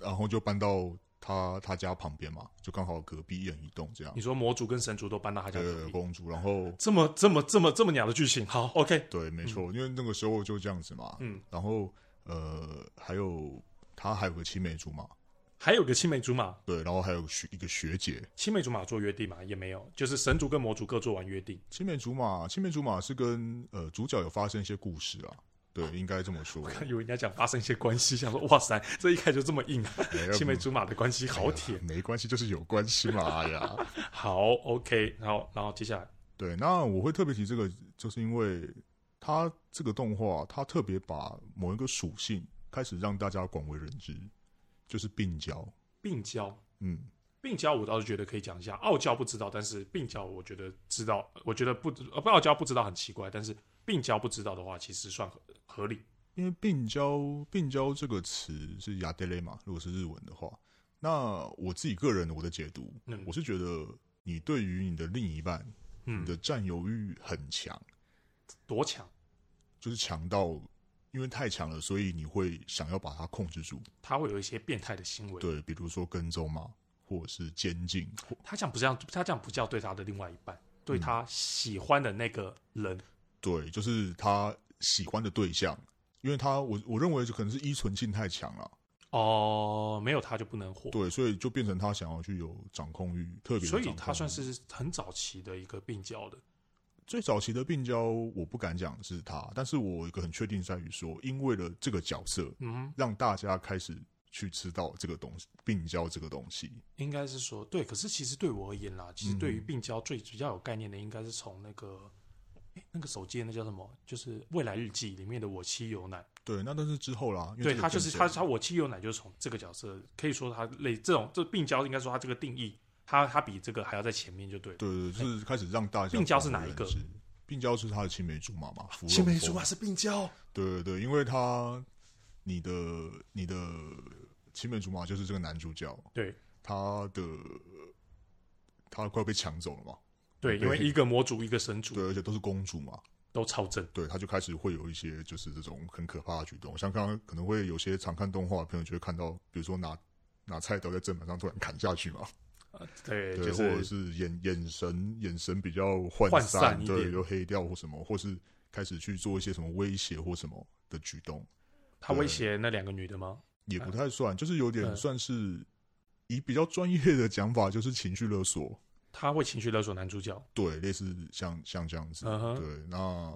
Speaker 2: 然后就搬到他他家旁边嘛，就刚好隔壁一人一栋这样
Speaker 1: 你。说魔族跟神族都搬到他家隔
Speaker 2: 对，
Speaker 1: 壁，
Speaker 2: 公主，然后
Speaker 1: 这么这么这么这么鸟的剧情，好，OK，
Speaker 2: 对，没错，因为那个时候就这样子嘛。
Speaker 1: 嗯，
Speaker 2: 然后呃，还有他还有个青梅竹马，
Speaker 1: 还有个青梅竹马，
Speaker 2: 对，然后还有学一个学姐。
Speaker 1: 青梅竹马做约定嘛，也没有，就是神族跟魔族各做完约定。
Speaker 2: 青梅竹马，青梅竹马是跟呃主角有发生一些故事啊，对，应该这么说。
Speaker 1: 看有人家讲发生一些关系，想说哇塞，这一开始就这么硬啊，
Speaker 2: 哎呀
Speaker 1: 青梅竹马的关系好铁。
Speaker 2: 没关系，就是有关系嘛哎呀。
Speaker 1: 好，OK，然后然后接下来，
Speaker 2: 对，那我会特别提这个，就是因为它这个动画，它特别把某一个属性开始让大家广为人知，就是病娇。
Speaker 1: 病娇，
Speaker 2: 嗯，
Speaker 1: 病娇我倒是觉得可以讲一下，傲娇不知道，但是病娇我觉得知道，我觉得不呃不傲娇不知道很奇怪，但是病娇不知道的话，其实算合合理。
Speaker 2: 因为病娇，病娇这个词是雅德雷嘛，如果是日文的话，那我自己个人我的解读，
Speaker 1: 嗯
Speaker 2: 我是觉得你对于你的另一半，你
Speaker 1: 嗯，
Speaker 2: 的占有欲很强，
Speaker 1: 多强，
Speaker 2: 就是强到。因为太强了，所以你会想要把它控制住。
Speaker 1: 他会有一些变态的行为。
Speaker 2: 对，比如说跟踪嘛，或者是监禁，或
Speaker 1: 他这样不这样，他这样不叫对他的另外一半，
Speaker 2: 嗯
Speaker 1: 对他喜欢的那个人。
Speaker 2: 对，就是他喜欢的对象，因为他我我认为可能是依存性太强了，
Speaker 1: 哦，没有他就不能活。
Speaker 2: 对，所以就变成他想要去有掌控欲，特别的
Speaker 1: 所以
Speaker 2: 掌控
Speaker 1: 他算
Speaker 2: 欲
Speaker 1: 是很早期的一个病娇的。
Speaker 2: 最早期的病娇，我不敢讲是他，但是我有一个很确定在于说，因为了这个角色，
Speaker 1: 嗯，
Speaker 2: 让大家开始去知道这个东西，病娇这个东西，
Speaker 1: 应该是说对。可是其实对我而言啦，其实对于
Speaker 2: 嗯
Speaker 1: 病娇最比较有概念的，应该是从那个。诶那个手机的那叫什么？就是《未来日记》里面的我妻有乃，
Speaker 2: 对，那但是之后啦，因为
Speaker 1: 对
Speaker 2: 这个
Speaker 1: 他就是
Speaker 2: 更
Speaker 1: 他
Speaker 2: 深
Speaker 1: 他我妻有乃就是从这个角色，可以说他类这种这病娇应该说他这个定义，他他比这个还要在前面就对了。
Speaker 2: 对对，对就是开始让大家
Speaker 1: 哎病娇是
Speaker 2: 广为
Speaker 1: 哪一
Speaker 2: 人
Speaker 1: 个啊
Speaker 2: 知？病娇是他的青梅竹马嘛，芙
Speaker 1: 青
Speaker 2: 蓉
Speaker 1: 梅竹
Speaker 2: 凤
Speaker 1: 马是病娇，
Speaker 2: 对对对，因为他你的你的青梅竹马就是这个男主角，
Speaker 1: 对
Speaker 2: 他的他快要被抢走了嘛，
Speaker 1: 对，因为一个魔族一个神族
Speaker 2: 对，而且都是公主嘛，
Speaker 1: 都超正。
Speaker 2: 对，他就开始会有一些就是这种很可怕的举动，像刚刚可能会有些常看动画的朋友就会看到，比如说拿拿菜刀在砧板上突然砍下去嘛，
Speaker 1: 呃对，
Speaker 2: 对，
Speaker 1: 就
Speaker 2: 或者
Speaker 1: 是
Speaker 2: 是眼眼神眼神比较涣
Speaker 1: 涣散一
Speaker 2: 对，
Speaker 1: 点
Speaker 2: 就黑掉或什么，或是开始去做一些什么威胁或什么的举动。
Speaker 1: 他威胁那两个女的吗？
Speaker 2: 也不太算，就是有点
Speaker 1: 嗯
Speaker 2: 算是以比较专业的讲法，就是情绪勒索，
Speaker 1: 他会情绪勒索男主角。
Speaker 2: 对，类似像像这样子，
Speaker 1: 嗯哼，
Speaker 2: 对。那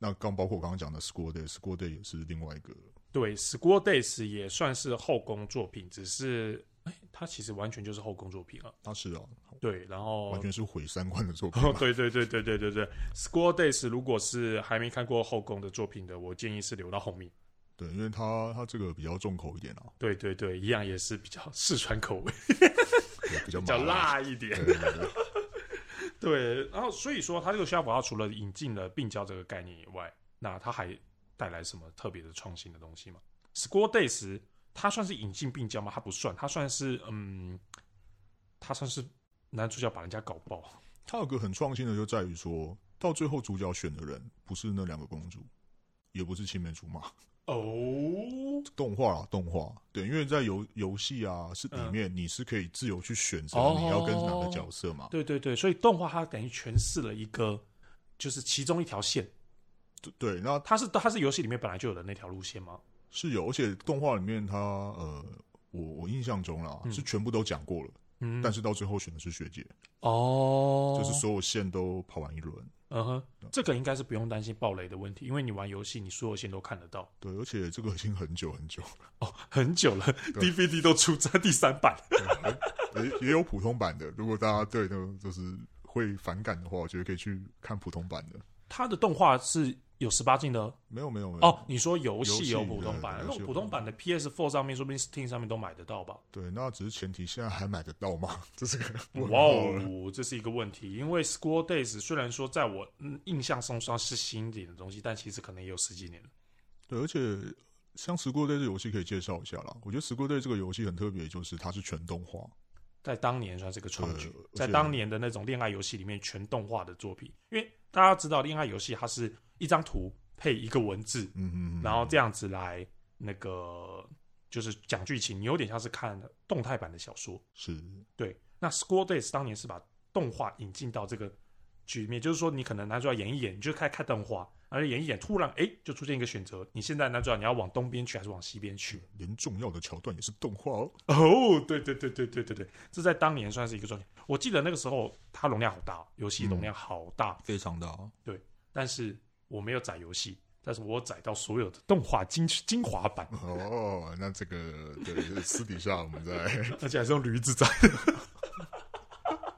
Speaker 2: 那刚包括我刚刚讲的 School Day，School Day 也是另外一个，
Speaker 1: 对，School Days 也算是后宫作品，只是哎，他其实完全就是后宫作品了。
Speaker 2: 它是啊，
Speaker 1: 对，然后
Speaker 2: 完。全是毁三观的作 品
Speaker 1: 哦
Speaker 2: 嘛，，
Speaker 1: 对对对对对对对，School Days 如果是还没看过后宫的作品的，我建议是留到后面。
Speaker 2: 对，因为它它这个比较重口一点啊，
Speaker 1: 对对对，一样也是比较四川口味，
Speaker 2: 对比 较
Speaker 1: 比较
Speaker 2: 麻，
Speaker 1: 辣一点。
Speaker 2: 对对对，
Speaker 1: 对，然后所以说，他这个逍遥法号除了引进了病娇这个概念以外，那他还带来什么特别的创新的东西吗？School Days 它算是引进病娇吗？它不算，它算是嗯，它算是男主角把人家搞爆。
Speaker 2: 它有个很创新的就在于说到最后主角选的人不是那两个公主，也不是青梅竹马，
Speaker 1: 哦
Speaker 2: 动画啦，动画，对，因为在游游戏啊是里
Speaker 1: 嗯
Speaker 2: 面，你是可以自由去选择
Speaker 1: 哦
Speaker 2: 你要跟哪个角色嘛。
Speaker 1: 对对对，所以动画它等于诠释了一个，就是其中一条线，
Speaker 2: 对对，那
Speaker 1: 它是它是游戏里面本来就有的那条路线吗？
Speaker 2: 是有，而且动画里面它呃，我我印象中啦、
Speaker 1: 嗯
Speaker 2: 是全部都讲过了，
Speaker 1: 嗯，
Speaker 2: 但是到最后选的是学姐，
Speaker 1: 哦，
Speaker 2: 就是所有线都跑完一轮。
Speaker 1: 嗯哼，这个应该是不用担心暴雷的问题，因为你玩游戏，你所有线都看得到。
Speaker 2: 对，而且这个已经很久很久，
Speaker 1: 哦，很久了，DVD 都出在第三版。
Speaker 2: 哎也也有普通版的。如果大家对那种就是会反感的话，我觉得可以去看普通版的。
Speaker 1: 它的动画是有十八禁的
Speaker 2: 没有没有没有
Speaker 1: 哦。你说游
Speaker 2: 游
Speaker 1: 戏
Speaker 2: 戏
Speaker 1: 有普通版，
Speaker 2: 对
Speaker 1: 那
Speaker 2: 游
Speaker 1: 种
Speaker 2: 戏有
Speaker 1: 普通版的 PS4 上面，说不定 Steam 上面都买得到吧？
Speaker 2: 对，那只是前提，现在还买得到吗？ 这是个问
Speaker 1: 哇
Speaker 2: 号了
Speaker 1: 哦，这是一个问题，因为 School Days 虽然说在我嗯印象中算是新一点的东西，但其实可能也有十几年了。
Speaker 2: 对，而且像《石锅队》这个游戏可以介绍一下啦。我觉得《石锅队》这个游戏很特别，就是它是全动画，
Speaker 1: 在当年算是个创举
Speaker 2: 对而，且
Speaker 1: 在当年的那种恋爱游戏里面，全动画的作品，因为大家知道恋爱游戏它是一张图配一个文字，
Speaker 2: 嗯嗯，嗯
Speaker 1: 然后这样子来那个就是讲剧情，你有点像是看动态版的小说。
Speaker 2: 是
Speaker 1: 对，那 School Days 当年是把动画引进到这个局面，就是说你可能男主角演一演，你就开始看动画，而且演一演，突然哎就出现一个选择，你现在男主角你要往东边去还是往西边去？
Speaker 2: 连重要的桥段也是动画哦。
Speaker 1: 哦，对对对对对对对，这在当年算是一个赚钱。我记得那个时候它容量好大哦，游戏容量好大，
Speaker 2: 非常大、啊，
Speaker 1: 但是我没有载游戏，但是我载到所有的动画精精华版，
Speaker 2: 哦，那这个对私底下我 们在
Speaker 1: 而且还是用驴子载的。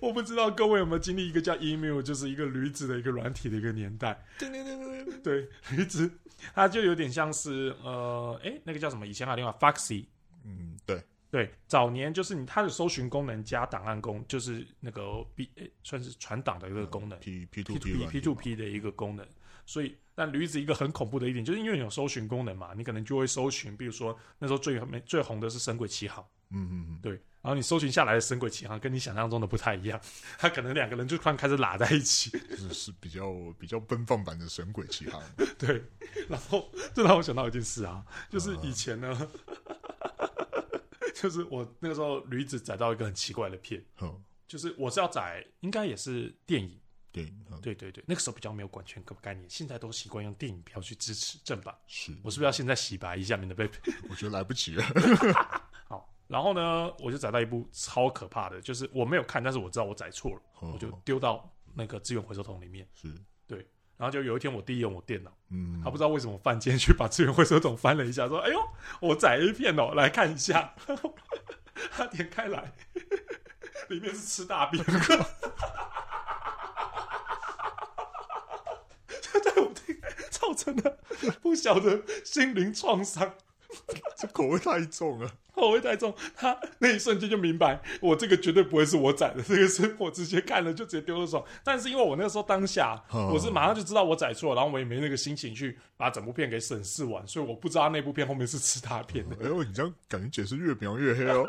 Speaker 1: 我不知道各位有没有经历一个叫 email，就是一个驴子的一个软体的一个年代。
Speaker 2: 叮叮叮叮
Speaker 1: 对，驴子它就有点像是呃，哎，那个叫什么？以前还有另外 Foxy，
Speaker 2: 嗯，对，
Speaker 1: 对，早年就是你它的搜寻功能加档案功，就是那个 B 诶算是传档的一个功能
Speaker 2: P P
Speaker 1: 嗯，P
Speaker 2: two
Speaker 1: to P P to
Speaker 2: two
Speaker 1: P 的一个功能。所以，但驴子一个很恐怖的一点，就是因为你有搜寻功能嘛，你可能就会搜寻，比如说那时候最最红的是《神鬼奇航》，
Speaker 2: 嗯嗯嗯，
Speaker 1: 对，然后你搜寻下来的《神鬼奇航》跟你想象中的不太一样，它可能两个人就突然开始拉在一起，
Speaker 2: 就是是比较比较奔放版的《神鬼奇航》。
Speaker 1: 对，然后这让我想到一件事啊，就是以前呢， 就是我那个时候驴子载到一个很奇怪的片，
Speaker 2: 哼，
Speaker 1: 就是我是要载，应该也是电影，
Speaker 2: 电影，哼
Speaker 1: 对对对，那个时候比较没有版权概念，现在都习惯用电影票去支持正版。
Speaker 2: 是，
Speaker 1: 我是不是要现在洗白一下，免得被
Speaker 2: 我觉得来不及 了。
Speaker 1: 好？然后呢，我就载到一部超可怕的，就是我没有看，但是我知道我载错了，
Speaker 2: 我
Speaker 1: 我就丢到那个资源回收桶里面。
Speaker 2: 是，
Speaker 1: 然后就有一天，我弟用我电脑，
Speaker 2: 嗯，
Speaker 1: 他不知道为什么犯贱，去把资源回收桶翻了一下，说：“哎呦，我载 A 片哦，来看一下。” 他点开来， 里面是吃大便。 这对我弟造成了不小的心灵创伤，
Speaker 2: 这口味太重了。
Speaker 1: 后味太重。他那一瞬间就明白，我这个绝对不会是我载的，这个是我直接看了就直接丢了手。但是因为我那时候当下，
Speaker 2: 嗯
Speaker 1: 我是马上就知道我载错了，然后我也没那个心情去把整部片给审视完，所以我不知道那部片后面是吃大片的，
Speaker 2: 哎呦，你这样感觉解释越描越黑哦。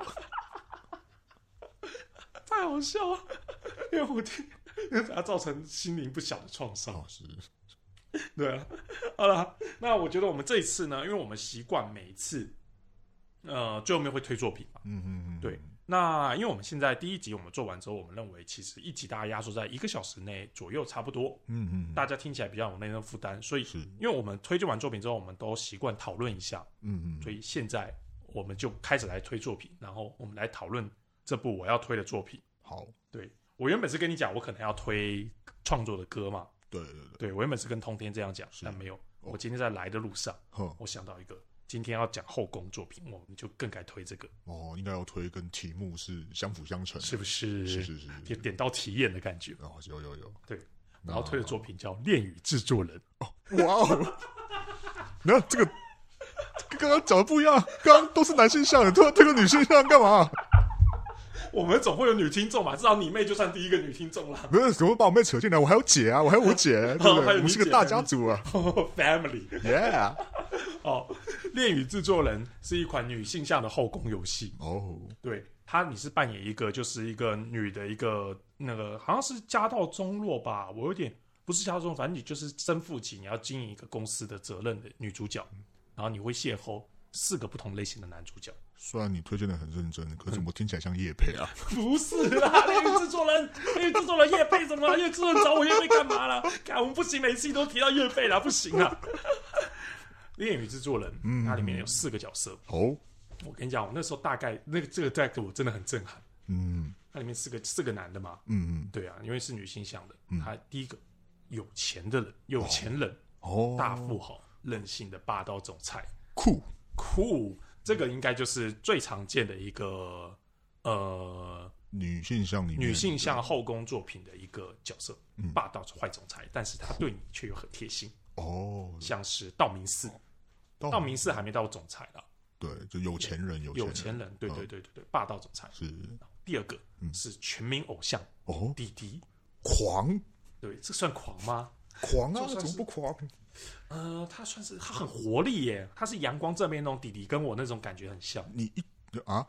Speaker 1: 太好笑了。因为我听，因为它造成心灵不小的创伤。
Speaker 2: 哦，是，
Speaker 1: 对啊，好了，那我觉得我们这一次呢，因为我们习惯每一次，呃，最后面会推作品嘛。
Speaker 2: 嗯嗯嗯，
Speaker 1: 对，那因为我们现在第一集我们做完之后，我们认为其实一集大概压缩在一个小时内左右差不多，
Speaker 2: 嗯嗯，
Speaker 1: 大家听起来比较有内容负担。所以，
Speaker 2: 是，嗯
Speaker 1: 因为我们推荐完作品之后，我们都习惯讨论一下，
Speaker 2: 嗯，
Speaker 1: 所以现在我们就开始来推作品，然后我们来讨论这部我要推的作品。
Speaker 2: 好，
Speaker 1: 我原本是跟你讲，我可能要推创作的歌嘛，
Speaker 2: 对对对，
Speaker 1: 对我原本是跟通天这样讲，
Speaker 2: 是
Speaker 1: 但没有。我今天在来的路上，
Speaker 2: 哼，
Speaker 1: 我想到一个，今天要讲后宫作品，我们就更该推这个，
Speaker 2: 哦，应该要推跟题目是相辅相成的，
Speaker 1: 是不是？
Speaker 2: 是是是
Speaker 1: 点
Speaker 2: 是，
Speaker 1: 点到题眼的感觉。
Speaker 2: 哦，有有有，
Speaker 1: 对，
Speaker 2: 那
Speaker 1: 然后推的作品叫《恋与制作人》，
Speaker 2: 哇哦，那这个跟刚刚讲的不一样，刚刚都是男性向的，突然推个女性向干嘛？
Speaker 1: 我们总会有女听众嘛，至少你妹就算第一个女听众啦。
Speaker 2: 不是，怎么把我妹扯进来？我还有姐啊，我还有我姐，对不
Speaker 1: 哦还有
Speaker 2: 对？我
Speaker 1: 你
Speaker 2: 们
Speaker 1: 姐
Speaker 2: 是个大家族啊
Speaker 1: Family
Speaker 2: ，Yeah，
Speaker 1: 哦，《恋与制作人》是一款女性向的后宫游戏，
Speaker 2: 哦，
Speaker 1: 对它你是扮演一个就是一个女的一个那个好像是家道中落吧，我有点不是家道中落，反正你就是身负起你要经营一个公司的责任的女主角，然后你会邂逅四个不同类型的男主角。
Speaker 2: 虽然你推荐的很认真，可是怎么听起来像叶配啊？
Speaker 1: 不是啦，那个制作人， 那个制作人叶配什么啦？那个制作人找我叶配干嘛啦？看我们不行，每次都提到叶配啦，不行啊！恋与制作人，
Speaker 2: 嗯
Speaker 1: 它里面有四个角色。
Speaker 2: 哦，
Speaker 1: 我跟你讲，我那时候大概那个这个带给我真的很震撼。
Speaker 2: 嗯
Speaker 1: 它里面四个四个男的嘛，
Speaker 2: 嗯，嗯
Speaker 1: 对啊，因为是女性向的。他第一个有钱的人，有钱人，
Speaker 2: 哦，
Speaker 1: 大富豪，任性的霸道总裁，
Speaker 2: 酷，
Speaker 1: 酷，这个应该就是最常见的一个呃
Speaker 2: 女性向里面，
Speaker 1: 女性向后宫作品的一个角色，
Speaker 2: 嗯
Speaker 1: 霸道坏总裁，但是他对你却又很贴心，
Speaker 2: 哦，
Speaker 1: 像是道明寺，
Speaker 2: 道
Speaker 1: 道明寺还没到总裁啦，
Speaker 2: 对，就有钱人，有
Speaker 1: 哦有
Speaker 2: 钱
Speaker 1: 钱人，对对对对对，霸道总裁。
Speaker 2: 是
Speaker 1: 第二个
Speaker 2: 嗯
Speaker 1: 是全民偶像
Speaker 2: 哦，
Speaker 1: 弟弟，
Speaker 2: 狂
Speaker 1: 对，这算狂吗？
Speaker 2: 狂啊，
Speaker 1: 就算
Speaker 2: 怎
Speaker 1: 是
Speaker 2: 么不狂？
Speaker 1: 呃，他算是他很活力耶，他是阳光正面那种弟弟，跟我那种感觉很像。
Speaker 2: 你一啊，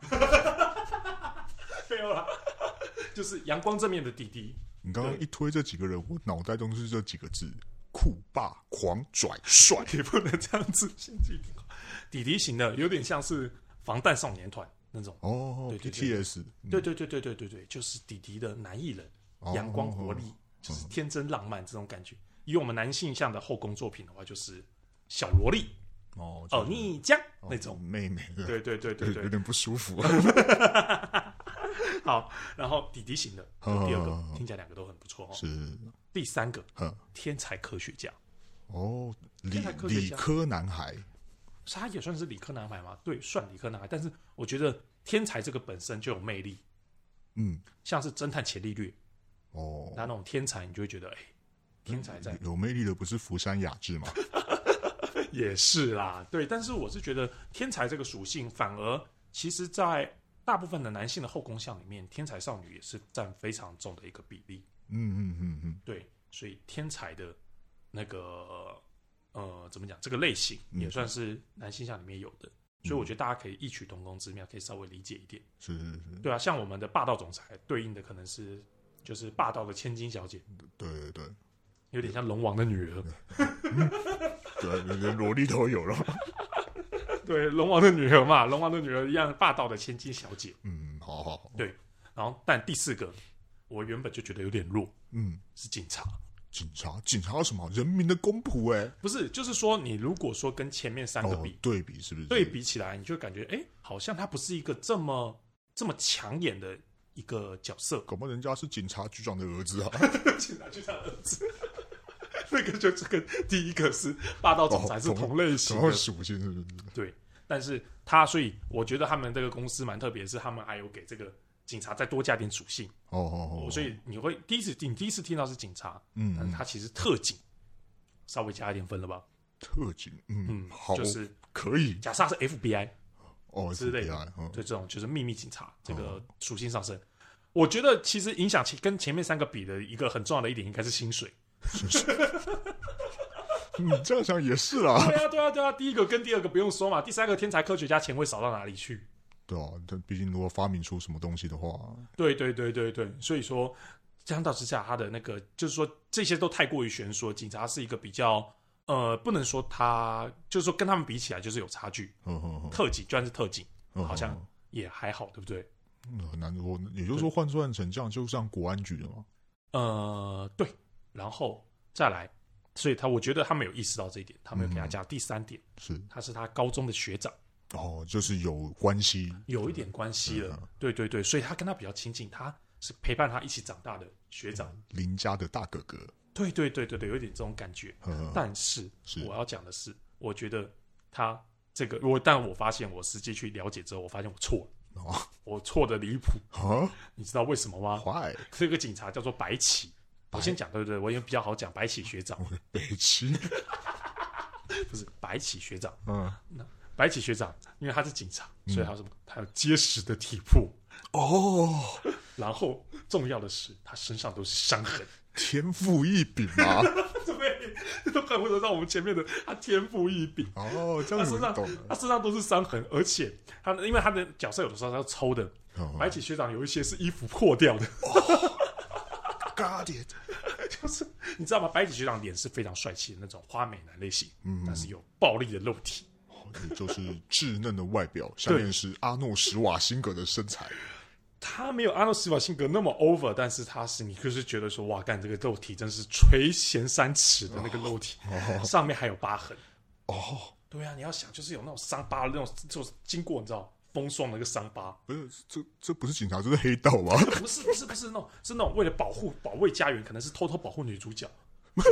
Speaker 1: 没有啦， 就是阳光正面的弟弟，
Speaker 2: 你刚刚
Speaker 1: 对
Speaker 2: 一推这几个人，我脑袋都是这几个字：酷霸、狂拽、帅。
Speaker 1: 也不能这样子心情不好。弟弟型的有点像是防弹少年团那种。
Speaker 2: 哦
Speaker 1: 对对对
Speaker 2: ，BTS，嗯
Speaker 1: 对对对对对对对，就是弟弟的男艺人，
Speaker 2: 哦
Speaker 1: 阳光活力，就是天真浪漫这种感觉。以我们男性向的后宫作品的话，就是小萝莉、
Speaker 2: 哦，
Speaker 1: 哦，你江
Speaker 2: 哦
Speaker 1: 那种。
Speaker 2: 妹妹，
Speaker 1: 对对对对
Speaker 2: 有
Speaker 1: 对，
Speaker 2: 点不 舒服。
Speaker 1: 好。然后弟弟型的，就第二
Speaker 2: 嗯嗯嗯
Speaker 1: 个
Speaker 2: 嗯
Speaker 1: 听起来两个都很不错哦。
Speaker 2: 是，
Speaker 1: 第三个
Speaker 2: 哼，
Speaker 1: 天才科学家，
Speaker 2: 哦，理
Speaker 1: 天才科学
Speaker 2: 理
Speaker 1: 家
Speaker 2: 科男孩，
Speaker 1: 是他也算是理科男孩嘛？对，算理科男孩。但是我觉得天才这个本身就有魅力，
Speaker 2: 嗯，
Speaker 1: 像是侦探伽利略，
Speaker 2: 哦，嗯
Speaker 1: 他那种天才，你就会觉得，哎、天才在
Speaker 2: 有魅力的不是福山雅治吗？
Speaker 1: 也是啦，对。但是我是觉得天才这个属性，反而其实，在大部分的男性的后宫像里面，天才少女也是占非常重的一个比例。
Speaker 2: 嗯嗯嗯嗯，
Speaker 1: 对，所以天才的那个呃，怎么讲，这个类型
Speaker 2: 嗯
Speaker 1: 也算是男性像里面有的。所以我觉得大家可以异曲同工之妙，可以稍微理解一点。
Speaker 2: 是是是，
Speaker 1: 对啊，像我们的霸道总裁对应的可能是就是霸道的千金小姐，
Speaker 2: 对对对
Speaker 1: 有点像龙王的女儿。
Speaker 2: 对，连萝莉都有了。
Speaker 1: 对，龙王的女儿嘛，龙王的女儿一样霸道的千金小姐。
Speaker 2: 嗯，好好，好，
Speaker 1: 然后，但第四个，我原本就觉得有点弱，
Speaker 2: 嗯，
Speaker 1: 是警察。
Speaker 2: 警察，警察有什么？人民的公仆哎，
Speaker 1: 不是，就是说你如果说跟前面三个
Speaker 2: 哦
Speaker 1: 比、，
Speaker 2: 对比是不是？。
Speaker 1: 对比起来，你就感觉哎，诶好像他不是一个这么这么抢眼的一个角色
Speaker 2: 搞不好人家是警察局长的儿子啊！
Speaker 1: 警察就他儿子，那个就是跟第一个是霸道总裁 是
Speaker 2: 哦同
Speaker 1: 同类
Speaker 2: 什
Speaker 1: 型的
Speaker 2: 么，属性是不是？
Speaker 1: 对，但是他，所以我觉得他们这个公司蛮特别，是他们还有给这个警察再多加点属性，
Speaker 2: 哦哦哦，
Speaker 1: 所以你会第一次你第一次听到是警察，
Speaker 2: 嗯，
Speaker 1: 但
Speaker 2: 嗯
Speaker 1: 是他其实特警，稍微加一点分了吧，
Speaker 2: 特警，嗯，
Speaker 1: 嗯，
Speaker 2: 好，
Speaker 1: 就是
Speaker 2: 可以
Speaker 1: 假设他是 FBI，
Speaker 2: 哦
Speaker 1: 之类的
Speaker 2: FBI 嗯
Speaker 1: 对这种就是秘密警察这
Speaker 2: 哦
Speaker 1: 个属性上升。我觉得其实影响其跟前面三个比的一个很重要的一点，应该是薪水。
Speaker 2: 你嗯这样想也是啦，
Speaker 1: 对啊，对啊，对啊，第一个跟第二个不用说嘛，第三个天才科学家钱会少到哪里去？
Speaker 2: 对啊，但毕竟如果发明出什么东西的话，
Speaker 1: 对对对对对，所以说相较之下，他的那个就是说这些都太过于悬殊，警察是一个比较呃，不能说他就是说跟他们比起来就是有差距。
Speaker 2: 呵呵呵
Speaker 1: 特警就算是特警
Speaker 2: 嗯
Speaker 1: 好像也还好，对不对？
Speaker 2: 嗯很难说。也就是说，换算成这样，就像国安局的嘛。
Speaker 1: 呃，对，然后再来，所以他我觉得他们有意识到这一点，他们
Speaker 2: 嗯
Speaker 1: 有给他加第三点，
Speaker 2: 是
Speaker 1: 他是他高中的学长，
Speaker 2: 哦，就是有关系
Speaker 1: 有一点关系了。
Speaker 2: 嗯
Speaker 1: 对对对，所以他跟他比较亲近，他是陪伴他一起长大的学长。
Speaker 2: 邻家的大哥哥，
Speaker 1: 对对对对对，有一点这种感觉。
Speaker 2: 呵呵
Speaker 1: 但是
Speaker 2: 嗯是
Speaker 1: 我要讲的是，我觉得他这个我，但我发现我实际去了解之后，我发现我错了，
Speaker 2: 哦
Speaker 1: 我错的离谱。
Speaker 2: 啊
Speaker 1: 你知道为什么吗？
Speaker 2: 坏
Speaker 1: 这个警察叫做白起，我先讲对不对？我也比较好讲白起学 长，
Speaker 2: 北齐，
Speaker 1: 不是白起学长，
Speaker 2: 嗯，
Speaker 1: 白起学长，因为他是警察，所以他有什么？他有结实的体魄，
Speaker 2: 哦，
Speaker 1: 然后重要的是他身上都是伤痕。
Speaker 2: 天赋异禀啊嘛。
Speaker 1: 对，都怪不得到我们前面的他天赋异禀。
Speaker 2: 哦，
Speaker 1: 他
Speaker 2: 这样子
Speaker 1: 身上
Speaker 2: 懂了。
Speaker 1: 他身上都是伤痕，而且他因为他的角色有的时候他要抽的，
Speaker 2: 哦
Speaker 1: 白起学长有一些是衣服破掉的，
Speaker 2: Got it，
Speaker 1: 就是你知道吗？白起学长脸是非常帅气的那种花美男类型，
Speaker 2: 嗯
Speaker 1: 但是有暴力的肉体。
Speaker 2: 哦也就是稚嫩的外表，下面是阿诺·施瓦辛格的身材。
Speaker 1: 他没有阿诺·斯瓦辛格那么 over，但是他是你就是觉得说哇，干这个肉体真是垂涎三尺的那个肉体，上面还有疤痕。
Speaker 2: 哦，
Speaker 1: 对啊，你要想就是有那种伤疤，那种就是经过你知道风霜的那个伤疤，
Speaker 2: 不是，这这不是警察，这是黑道吧？
Speaker 1: 不是不是不是那种是那种为了保护保卫家园，可能是偷偷保护女主 角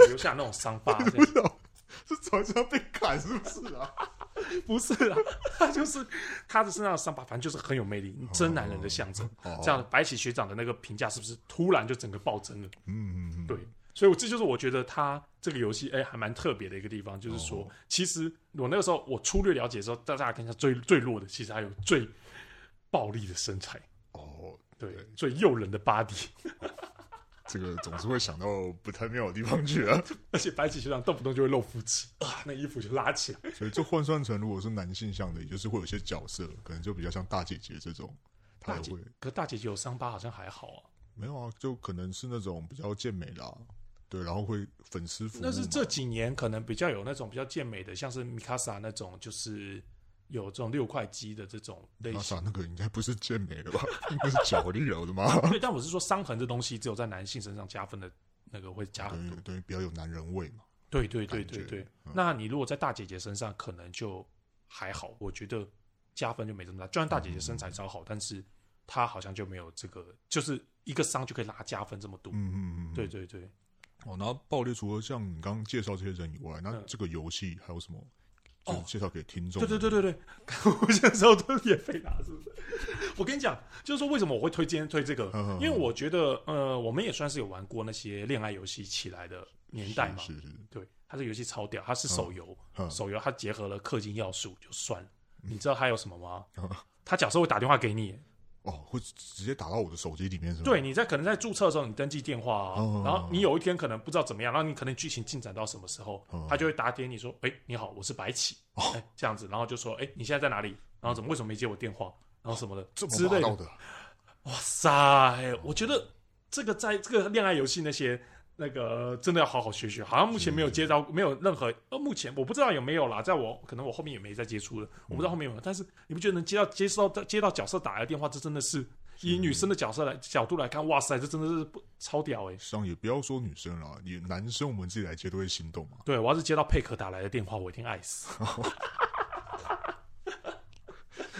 Speaker 1: 留下那种伤疤。这样
Speaker 2: 是早上被砍是不是啊？
Speaker 1: 不是啦，他就是他的身上的伤疤，反正就是很有魅力，真男人的象征。
Speaker 2: 哦，
Speaker 1: 这样，白起学长的那个评价是不是突然就整个暴增了？
Speaker 2: 嗯，嗯嗯，嗯
Speaker 1: 对，所以我这就是我觉得他这个游戏，哎、还蛮特别的一个地方，就是说，
Speaker 2: 哦
Speaker 1: 其实我那个时候我粗略了解的时候，大家看一下最最弱的，其实还有最暴力的身材，
Speaker 2: 哦，
Speaker 1: 对，
Speaker 2: 对
Speaker 1: 最诱人的 body，
Speaker 2: 这个总是会想到不太妙的地方去啊。
Speaker 1: 而且白起学长动不动就会露腹肌啊，那衣服就拉起来，
Speaker 2: 所以这换算成如果是男性向的，也就是会有些角色可能就比较像大姐姐这种，她
Speaker 1: 大
Speaker 2: 也
Speaker 1: 姐
Speaker 2: 会，
Speaker 1: 可大姐姐有伤疤好像还好啊，
Speaker 2: 没有啊，就可能是那种比较健美啦，对，然后会粉丝服务嘛，
Speaker 1: 但是这几年可能比较有那种比较健美的，像是米卡萨那种，就是有这种六块肌的这种类
Speaker 2: 拉
Speaker 1: 型。
Speaker 2: 萨那个应该不是健美了吧？ 应该是脚力了，我的妈！
Speaker 1: 对，但我是说伤痕这东西，只有在男性身上加分的那个会加很多
Speaker 2: 对。对，比较有男人味嘛。
Speaker 1: 对对对
Speaker 2: 感
Speaker 1: 对
Speaker 2: 觉
Speaker 1: 对
Speaker 2: 嗯，
Speaker 1: 那你如果在大姐姐身上，可能就还好，我觉得加分就没这么大。就算大姐姐身
Speaker 2: 嗯
Speaker 1: 材超好，但是她好像就没有这个，就是一个伤就可以拉加分这么多。
Speaker 2: 嗯嗯嗯，
Speaker 1: 对。对对，
Speaker 2: 哦，然后暴力除了像你刚刚介绍这些人以外，那
Speaker 1: 嗯
Speaker 2: 这个游戏还有什么？
Speaker 1: 哦
Speaker 2: 就是介绍给听众。
Speaker 1: 对对对对对， 我那时候都也被打，是 不是？我跟你讲，就是说为什么我会推荐推这个
Speaker 2: 嗯嗯，
Speaker 1: 因为我觉得呃，我们也算是有玩过那些恋爱游戏起来的年代嘛。
Speaker 2: 是是是，
Speaker 1: 对，它这个游戏超屌，它是手游，
Speaker 2: 嗯
Speaker 1: 手游它结合了氪金要素就算了，你知道它有什么吗
Speaker 2: 嗯？
Speaker 1: 它假设会打电话给你，
Speaker 2: 哦，会直接打到我的手机里面是吗？
Speaker 1: 对，你在可能在注册的时候，你登记电话啊，
Speaker 2: 嗯
Speaker 1: 然后你有一天可能不知道怎么样，然后你可能剧情进展到什么时候，
Speaker 2: 嗯哦
Speaker 1: 他就会打给你说：“哎、你好，我是白起。哎、这样子，然后就说：“哎、你现在在哪里？然后怎么为什么没接我电话？然后什么的
Speaker 2: 这
Speaker 1: 之
Speaker 2: 么霸
Speaker 1: 类
Speaker 2: 道
Speaker 1: 的。
Speaker 2: 的，”啊
Speaker 1: 哇塞，我觉得这个在这个恋爱游戏那些。那个真的要好好学学，好像目前没有接到，没有任何呃，目前我不知道有没有啦，在我可能我后面也没再接触了，我不知道后面有没有。但是你不觉得能接到接收到接到角色打来的电话，这真的是以女生的角色来角度来看，哇塞，这真的是不超屌哎、
Speaker 2: 实际上也不要说女生了，你男生我们自己来接都会心动嘛。
Speaker 1: 对我要是接到佩可打来的电话，我一定爱死。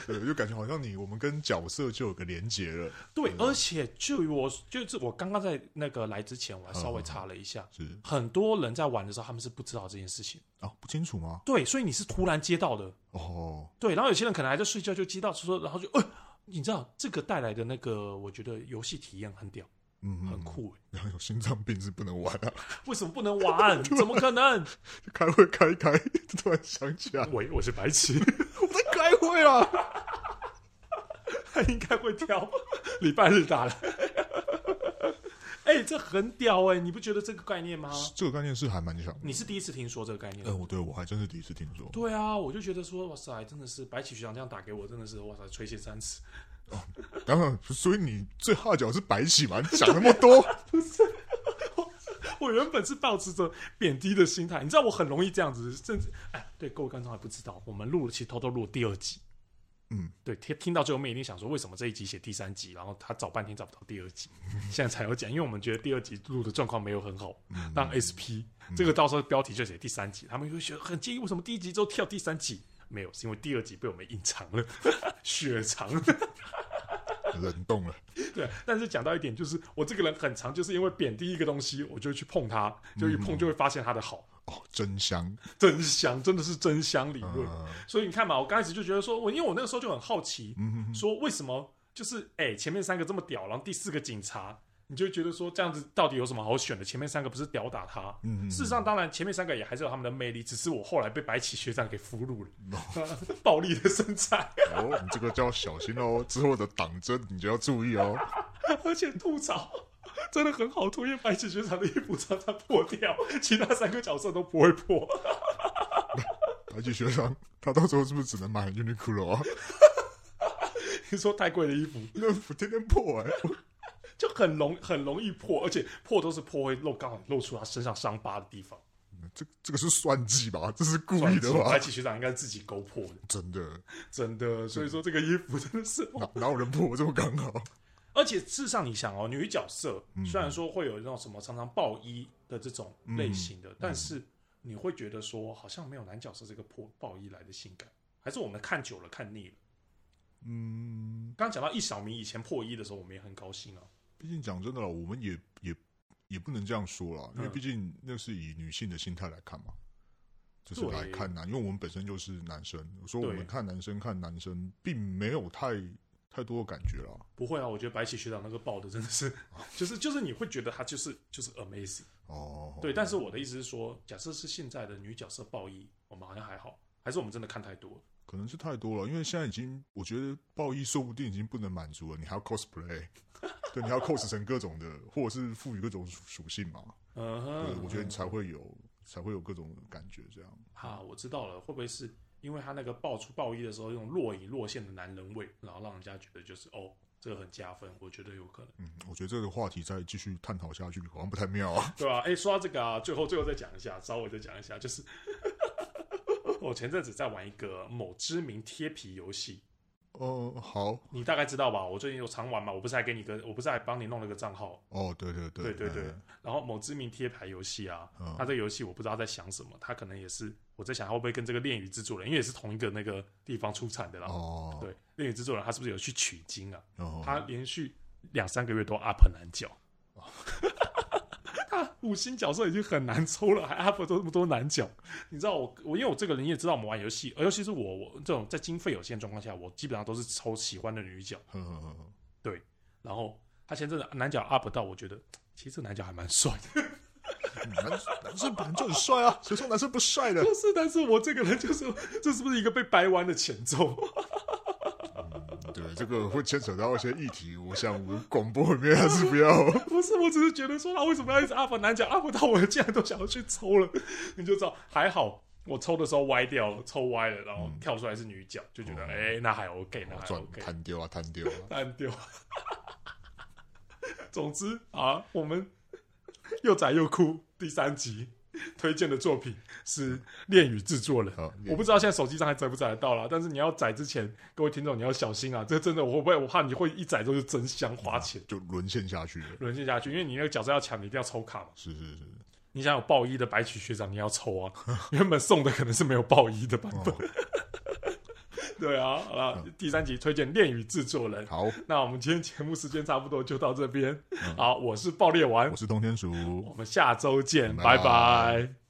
Speaker 2: 对，就感觉好像你我们跟角色就有个连结了，
Speaker 1: 对，而且就于我就是我刚刚在那个来之前，我还稍微
Speaker 2: 嗯嗯嗯
Speaker 1: 查了一下，
Speaker 2: 是
Speaker 1: 很多人在玩的时候，他们是不知道这件事情。
Speaker 2: 啊，不清楚吗？
Speaker 1: 对，所以你是突然接到的，
Speaker 2: 哦，
Speaker 1: 对，然后有些人可能还在睡觉就接到，说然后就呃，你知道这个带来的那个，我觉得游戏体验很屌，
Speaker 2: 嗯，嗯
Speaker 1: 很。酷、欸，
Speaker 2: 然后有心脏病是不能玩啊，
Speaker 1: 为什么不能玩？怎么可能？
Speaker 2: 就开会开一开， 就突然想起来
Speaker 1: 喂，我是白痴。
Speaker 2: 我在开会啊。
Speaker 1: 他应该会挑礼拜日打了。哎、这很屌哎、你不觉得这个概念吗？
Speaker 2: 这个概念是还蛮强的。
Speaker 1: 你是第一次听说这个概念
Speaker 2: 哎，
Speaker 1: 吗？
Speaker 2: 我对我还真是第一次听说。
Speaker 1: 对啊，我就觉得说，哇塞，真的是白起学长这样打给我，真的是哇塞，垂涎三尺。
Speaker 2: 当然，所以你最号角是白起嘛？你讲那么 多，
Speaker 1: 我原本是抱持着贬低的心态，你知道我很容易这样子，甚至哎，对各位观众还不知道，我们录了其实偷偷录了第二集，
Speaker 2: 嗯，
Speaker 1: 对，听听到最后面一定想说，为什么这一集写第三集，然后他找半天找不到第二集，现在才有讲，因为我们觉得第二集录的状况没有很好，让 SP、这个到时候标题就写第三集，他们就会觉得很介意，为什么第一集之后跳第三集？没有，是因为第二集被我们隐藏了， 雪藏了。
Speaker 2: 冷冻了。
Speaker 1: 对，但是讲到一点，就是我这个人很常就是因为贬低一个东西，我就会去碰它，就一
Speaker 2: 嗯
Speaker 1: 碰就会发现它的好，
Speaker 2: 哦，真香。
Speaker 1: 真香，真的是真香理论。
Speaker 2: 嗯
Speaker 1: 所以你看嘛，我刚开始就觉得说，我因为我那个时候就很好奇，
Speaker 2: 嗯嗯
Speaker 1: 说为什么就是哎、前面三个这么屌，然后第四个警察，你就觉得说这样子到底有什么好选的？前面三个不是屌打他？
Speaker 2: 嗯
Speaker 1: 事实上，当然前面三个也还是有他们的魅力，只是我后来被白起学长给俘虏了， 暴力的身材，
Speaker 2: 哦，你这个就要小心哦，之后的党争你就要注意哦。
Speaker 1: 而且吐槽。真的很好吐，因为白起学长的衣服常常破掉，其他三个角色都不会破。
Speaker 2: 白起学长，他到时候是不是只能买 Uniqlo 啊？
Speaker 1: 你说太贵的衣服
Speaker 2: 那服天天破哎、
Speaker 1: 就很容很容易破，而且破都是破会露刚好露出他身上伤疤的地方。
Speaker 2: 这这个是算计吧？这是故意的吧
Speaker 1: 白？起学长应该是自己勾破的，
Speaker 2: 真的，
Speaker 1: 真的。所以说这个衣服真的是，
Speaker 2: 哪哪有人破我这么刚好？
Speaker 1: 而且事实上你想哦，女角色虽然说会有那种什么常常爆衣的这种类型的，但是你会觉得说好像没有男角色这个破爆衣来的性感，还是我们看久了看腻了。
Speaker 2: 嗯，
Speaker 1: 刚刚讲到易小明以前破衣的时候，我们也很高兴啊。
Speaker 2: 毕竟讲真的了，我们也也也不能这样说啦，因为
Speaker 1: 嗯
Speaker 2: 毕竟那是以女性的心态来看嘛。就是来看男，因为我们本身就是男生，所以我们
Speaker 1: 对
Speaker 2: 看男生看男生，并没有太太多的感觉啦。
Speaker 1: 不会啊，我觉得白起学长那个爆的真的是， 就是就是你会觉得他就是就是 amazing。
Speaker 2: 哦，
Speaker 1: 对，但是我的意思是说，假设是现在的女角色爆衣，我们好像还好，还是我们真的看太多了？
Speaker 2: 可能是太多了，因为现在已经，我觉得暴衣说不定已经不能满足了，你还 要 cosplay，对，你还要 cos 成各种的，或者是赋予各种属属性嘛，
Speaker 1: 嗯
Speaker 2: 对，
Speaker 1: 哼，
Speaker 2: 我觉得你才会有才会有各种感觉这样。
Speaker 1: 啊，我知道了，会不会是因为他那个爆出爆衣的时候，那种若隐若现的男人味，然后让人家觉得就是哦，这个很加分，我觉得有可能，
Speaker 2: 嗯，我觉得这个话题再继续探讨下去好像不太妙啊。
Speaker 1: 对吧、啊？哎，说到这个啊，最后最后再讲一下，稍微再讲一下，就是 我前阵子在玩一个某知名贴皮游戏，
Speaker 2: 哦、好，
Speaker 1: 你大概知道吧？我最近有常玩嘛，我不是还给你个，我不是还帮你弄了个账号，
Speaker 2: 哦，对对
Speaker 1: 对
Speaker 2: 对
Speaker 1: 对对
Speaker 2: 嗯。
Speaker 1: 然后某知名贴牌游戏啊，
Speaker 2: 嗯
Speaker 1: 它这个游戏我不知道它在想什么，它可能也是我在想它会不会跟这个《恋与制作人》，因为也是同一个那个地方出产的啦。
Speaker 2: 哦，
Speaker 1: 对，《恋与制作人》他是不是有去取经啊？
Speaker 2: 哦，
Speaker 1: 他连续两三个月都 up 很难角。 他五星角色已经很难抽了，还 up 这么多难角，你知道我我因为我这个人你也知道，我们玩游戏，呃尤其是我我这种在经费有限状况下，我基本上都是抽喜欢的女角，
Speaker 2: 呵呵呵呵
Speaker 1: 然后他前阵子男角 up 到，我觉得其实这男角还蛮帅 的，
Speaker 2: 男男生本来就很帅啊，谁说男生不帅的？
Speaker 1: 就是，但是我这个人就是，这是不是一个被掰弯的前奏？
Speaker 2: 对，这个会牵扯到一些议题，我想我们广播里面还是 不要。
Speaker 1: 不是，我只是觉得说他啊为什么要一直 up 难讲 up 到我竟然都想要去抽了，你就知道还好。我抽的时候歪掉了，抽歪了，然后跳出来是女角，就觉得
Speaker 2: 哦
Speaker 1: 哎、那还 OK，那还
Speaker 2: 转
Speaker 1: OK，
Speaker 2: 摊丢啊，摊丢啊。
Speaker 1: 单丢。总之啊，我们又宅又酷第三集推荐的作品是《恋与制作人》
Speaker 2: 好，
Speaker 1: 我不知道现在手机上还载不载得到啦，但是你要载之前，各位听众你要小心啊！这真的，我会不会我怕你会一载之后就真香花钱
Speaker 2: 就沦陷下去了。
Speaker 1: 沦陷下去，因为你那个角色要抢，你一定要抽卡嘛。
Speaker 2: 是是是，
Speaker 1: 你想有爆衣的白起学长，你要抽啊！ 原本送的可能是没有爆衣的版本。
Speaker 2: 哦
Speaker 1: 对啊，好了，
Speaker 2: 嗯
Speaker 1: 第三集推荐《恋与制作人》。
Speaker 2: 好，
Speaker 1: 那我们今天节目时间差不多就
Speaker 2: 嗯
Speaker 1: 到这边。好，我是爆裂丸
Speaker 2: 我，是冬天鼠，
Speaker 1: 我们下周见，
Speaker 2: 拜
Speaker 1: 拜拜